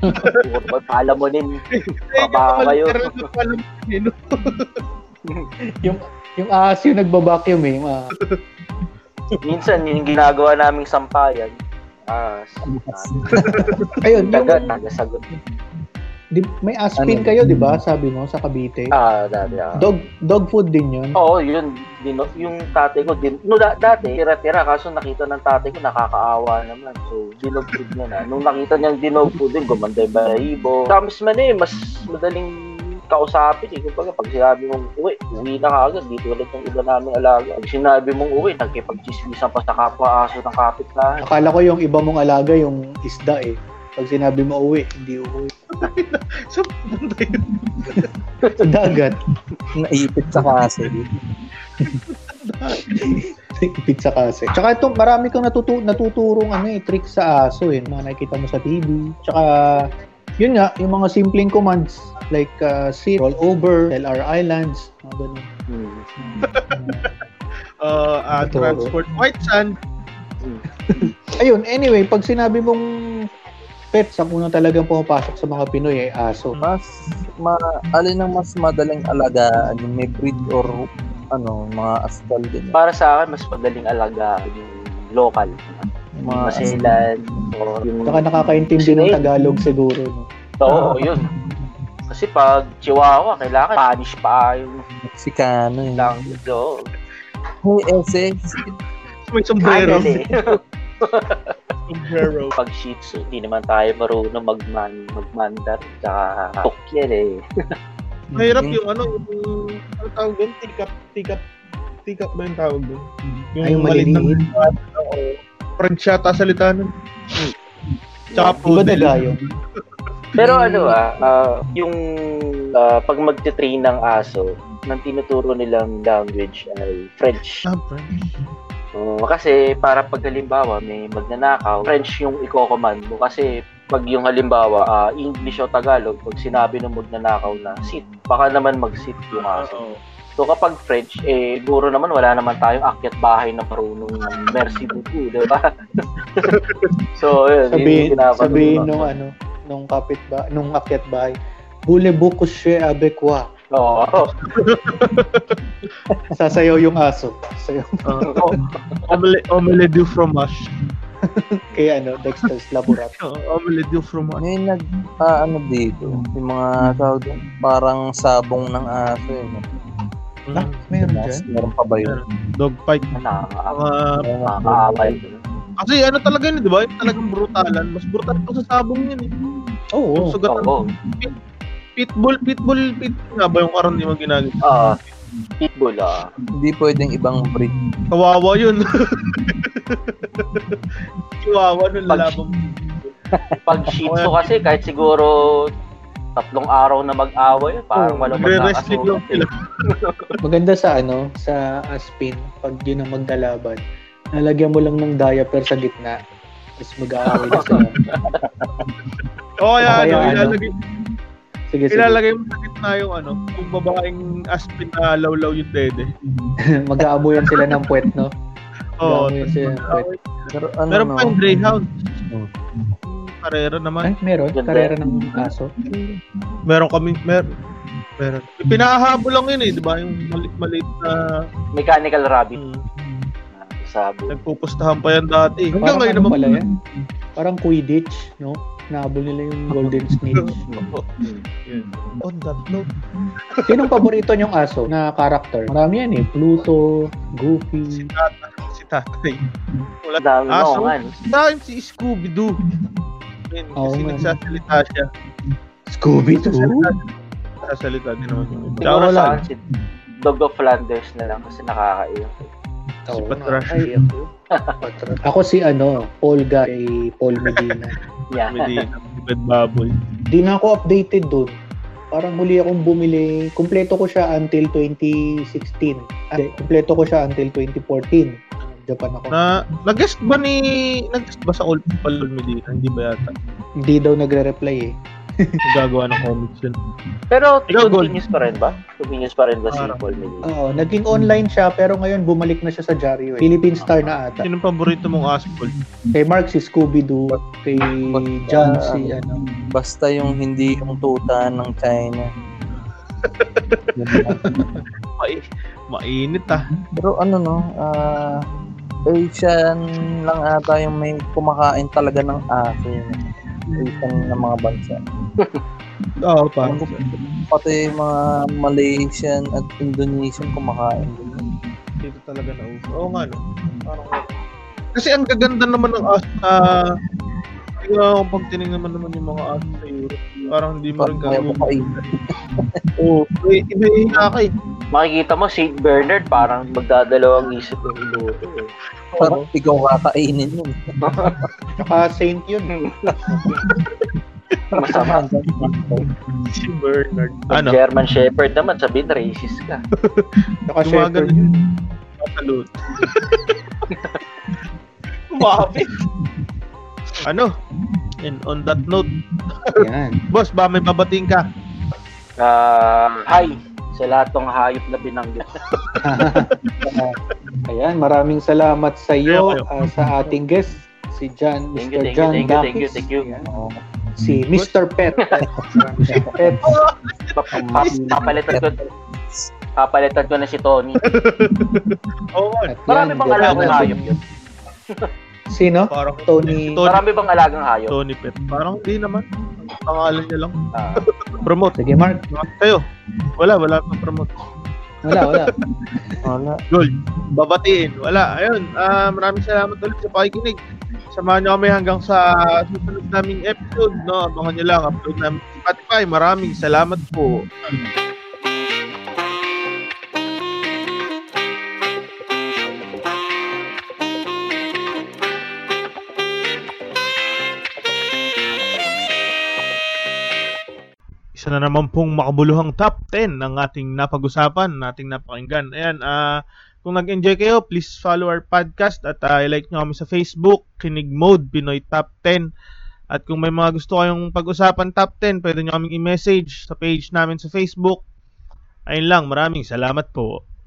S2: Puro ba, paalam mo nin.
S1: Eh,
S2: Baba kayo.
S1: Literal na palam yun, no?
S3: Yung aso yung nagbabacuum eh. Yung, ah,
S2: Minsan, yung ginagawa naming sampayan, ah,
S3: ayun, yung,
S2: taga, tagasagot.
S3: di- may aspin
S4: Ano?
S3: kayo, di ba? Sabi mo, sa Cavite.
S2: Hmm. Ah, dati, ah.
S3: Dog dog food din yun.
S2: Oo, yun. Dino, yung tatay ko, din, no, da, dati, tira-tira, kaso nakita ng tatay ko, nakakaawa naman. So, dinogfood niya na. Nung nakita niya dinogfood din, gumanda yung balahibo. Tapos man eh, mas madaling kausapin eh. Kumbaga, pag sinabi mong uwi, uwi na ka agad, dito ulit yung iba naming alaga. Pag sinabi mong uwi, nagkipag-chismisan pa sa kapwa-aso ng kapitbahay.
S3: Akala ko yung iba mong alaga yung isda eh. Pag sinabi mo uwi, hindi uwi.
S1: So, punta yun.
S3: Sa dagat.
S4: Naipit sa kasi.
S3: Ipit sa kasi. Tsaka itong marami kang natutu natuturong ano eh, trick sa aso eh. Mga nakikita mo sa TV. Tsaka, yun nga, yung mga simpleng commands like uh, sit, roll over, LR islands, mga ganun.
S2: Hmm.
S1: Uh, ah,
S3: Ito.
S1: transport white sand.
S3: Ayun, anyway, pag sinabi mong pets, ang unang talagang pumapasok sa mga Pinoy ay aso.
S4: Mas, ma, alin ang mas madaling alagaan yung may breed or ano, mga asdal din.
S2: Para sa akin, mas madaling alaga yung local.
S4: Yung Mga asdal.
S2: Masilan, or yung...
S3: Tsaka nakakaintindi ng Tagalog siguro. No?
S2: Oo, yun. Kasi pag chihuahua, kailangan Spanish pa yung
S4: Mexicano yun.
S2: language. Oo.
S4: Hey, ese,
S1: May sombrero.
S2: Kagad eh.
S1: sombrero.
S2: Pag shih tzu, hindi naman tayo marunong magman, magmandar. Tsaka tukyan eh.
S1: Mahirap
S4: Mm-hmm.
S1: yung ano, yung, ano tawag doon? Tikap, tikap, tikap ba yung tawag doon?
S3: Ay, yung maliliit.
S1: French yata salita nun. Tsaka
S3: Iba
S1: poodle.
S3: talaga yun.
S2: Pero ano ah, ah, yung ah, pag magte-train ng aso, nang tinuturo nilang language ay French.
S1: Ah, French.
S2: Oo, kasi para pag halimbawa may magnanakaw, French yung iko-command mo. Kasi pag yung halimbawa ah, English o Tagalog, pag sinabi ng magnanakaw na sit, baka naman mag-sit yung aso.
S1: Ah, Oo.
S2: So kapag French, eh, guro naman, wala naman tayong akyat bahay na marunong ng merci beaucoup, di ba? so, yun,
S3: Sabihin,
S2: yung pinapanood
S3: sabihin
S2: ko.
S3: nung ano, nung kapit ba, nung akyat bahay, Voulez-vous coucher avec moi?
S2: Oo.
S3: Sasayaw yung aso. Sayaw.
S2: Oo.
S1: Omele, omele Oh, du fromage.
S3: Kaya ano, Dexter's Laboratory.
S1: Oo, Omele du fromage.
S4: may nag, ah, ano dito, yung
S3: Hmm.
S4: mga tawag doon, parang sabong ng aso yun.
S3: Ah,
S1: Mm.
S3: meron dyan?
S4: Mas, meron pa ba yun?
S1: Dogfight.
S2: Nakaka-
S3: Ah,
S1: Mga-
S2: Nakakaaway.
S1: kasi ano talaga yun, di ba? Yung talagang brutalan. Mas brutal pa sa sabong yun eh. Yung
S3: Oo.
S1: sugat ng
S2: Oo.
S1: pitbull, pitbull, pitbull nga ba yung karaniwang ginagawa?
S2: Ah, pitbull, ah.
S4: Hindi pwedeng ibang breed.
S1: Kawawa yun. Kawawa nun
S2: Pag-
S1: lalabang.
S2: Pag shih tzu kasi, kahit siguro tatlong araw na mag-away, parang
S1: Oo,
S2: walang
S1: magre-wrestling lang
S2: magkakasulat. eh.
S3: Maganda sa ano, sa aspin, pag yun ang maglalaban, nalagyan mo lang ng diaper sa gitna. Tapos mag-aaway na sila.
S1: O kaya,
S3: O
S1: ano,
S3: kaya ano?
S1: ilalagay,
S3: Sige, sige.
S1: ilalagay mo sa gitna yung ano, yung babaeng aspin na lawlaw yung dede.
S3: Mag-aamuyan sila ng puwet, no?
S1: Oo.
S3: Mag-aamuyan sila ng puwet.
S4: Pero ano,
S1: Oh, Meron pa yung Greyhound.
S4: Oo.
S1: Karera
S3: Ay,
S1: naman.
S3: meron. Karera ng aso.
S1: Meron kami, mer meron. Pinahahabol lang yun eh, di ba? Yung mali- maliit na
S2: Mechanical rabbit
S1: hmm,
S2: na sabo.
S1: nagpupustahan pa yan dati. Hanggang ngayon
S3: Parang ano
S1: naman.
S3: pala yan? Parang Quidditch, no? Nahabol nila yung Golden Snitch.
S1: Oo. On that note,
S3: Sinong paborito niyong aso na character? Marami yan eh. Pluto,
S1: si
S3: Goofy.
S1: tatay, si tatay. Wala
S2: Dami na
S1: Aso?
S2: ako nga. no?
S1: Dahil si Scooby-Doo. Yun,
S3: Oo,
S1: kasi
S3: man.
S1: nagsasalita siya.
S3: Scooby-Doo?
S1: Nagsasalita siya. Nagsasalita din naman.
S2: Siguro
S1: Tsaka
S2: sa
S1: wala.
S2: akin, si Dog of Flanders na lang kasi nakakaiyak.
S1: Si
S3: Oo,
S1: Patras.
S3: ay, ako. Patras. Ako si ano, Olga kay Paul Medina.
S2: Yeah.
S1: Hindi, bed baboy.
S3: Di na ako updated doon. Parang muli akong bumili. Kumpleto ko siya until 2016. Hindi, kumpleto ko siya until 2014. Japan ako.
S1: Na, nag-guest ba ni, nag-guest ba sa Old People Medina? Hindi ba yata?
S3: Hindi daw nagre-reply eh.
S1: Yung Gagawa ng comics yun.
S2: Pero
S1: Ikaw, Gold.
S2: continuous pa rin ba? Continuous pa rin ba si
S1: Parang-
S2: Paul Medina?
S3: Oo, naging online siya pero ngayon bumalik na siya sa Jaryo eh. Philippine Star na ata.
S1: Sino ang paborito mong asshole?
S3: Kay Mark si Scooby-Doo. Kay John si ano.
S4: Ah, basta yung hindi yung tuta ng China.
S1: Mai, mainit ah.
S4: Pero ano no, ah, Asian lang ata yung may kumakain talaga ng aso. Asian ng mga bansa.
S1: Oo,
S4: Parang pati yung mga Malaysian at Indonesian kumakain.
S1: Dito talaga na Oo nga, no? Parang, kasi ang gaganda naman ng as ah, Uh, pag tinignan naman naman yung mga aso sa Europe, parang hindi mo rin
S4: Parang
S1: kaya
S4: may makain.
S1: Oo, may iba ka eh.
S2: Makikita mo, St. Bernard parang magdadalawang isip ng iluto. eh.
S4: Parang ikaw kakainin nun.
S3: Naka Saint yun.
S2: Masama.
S1: Si Bernard.
S2: Pag
S1: Ano?
S2: German Shepherd naman, sabihin racist ka.
S3: Naka
S1: Gumagan
S3: Shepherd.
S1: yun. Salute. Kumapit. ano? And on that note,
S3: Yan.
S1: boss, ba may babating ka?
S2: Ah, hi sa lahat ng hayop na binanggit.
S3: Ayan, maraming salamat sa iyo,
S1: Ayaw,
S3: ah, sa ating guest, si John,
S2: Thank you,
S3: Mr.
S2: thank you,
S3: John
S2: thank you, thank you,
S3: Dakis.
S2: thank you.
S3: Ayan. Si Mr. Pet. Pet.
S2: Pa- pa- Papalitan ko, papalitan ko na si Tony.
S1: Oo, oh,
S3: At
S2: Marami
S3: yan,
S2: bang
S3: ganun
S2: alagang
S3: natin.
S2: hayop yun?
S3: Sino?
S1: parang
S3: Tony.
S1: Tony,
S2: Marami bang alagang hayop?
S1: Tony Pet. Parang hindi naman. Ang Pangalan niya lang.
S2: Ah,
S1: Promote.
S3: Sige, Mark.
S1: Kayo. Wala, wala akong promote.
S3: Wala, wala.
S4: Wala.
S1: Gold. Babatiin. Wala. Ayun. ah maraming salamat ulit sa pakikinig. Samahan nyo kami hanggang sa susunod naming episode. No? Abangan nyo lang. Upload namin sa Spotify. Maraming salamat po. isa na naman pong makabuluhang top 10 ng ating napag-usapan, nating napakinggan. Ayan, ah kung nag-enjoy kayo, please follow our podcast at ah, i-like nyo kami sa Facebook, Kinig Mode, Pinoy Top 10. At kung may mga gusto kayong pag-usapan top 10, pwede nyo kaming i-message sa page namin sa Facebook. Ayun lang, maraming salamat po.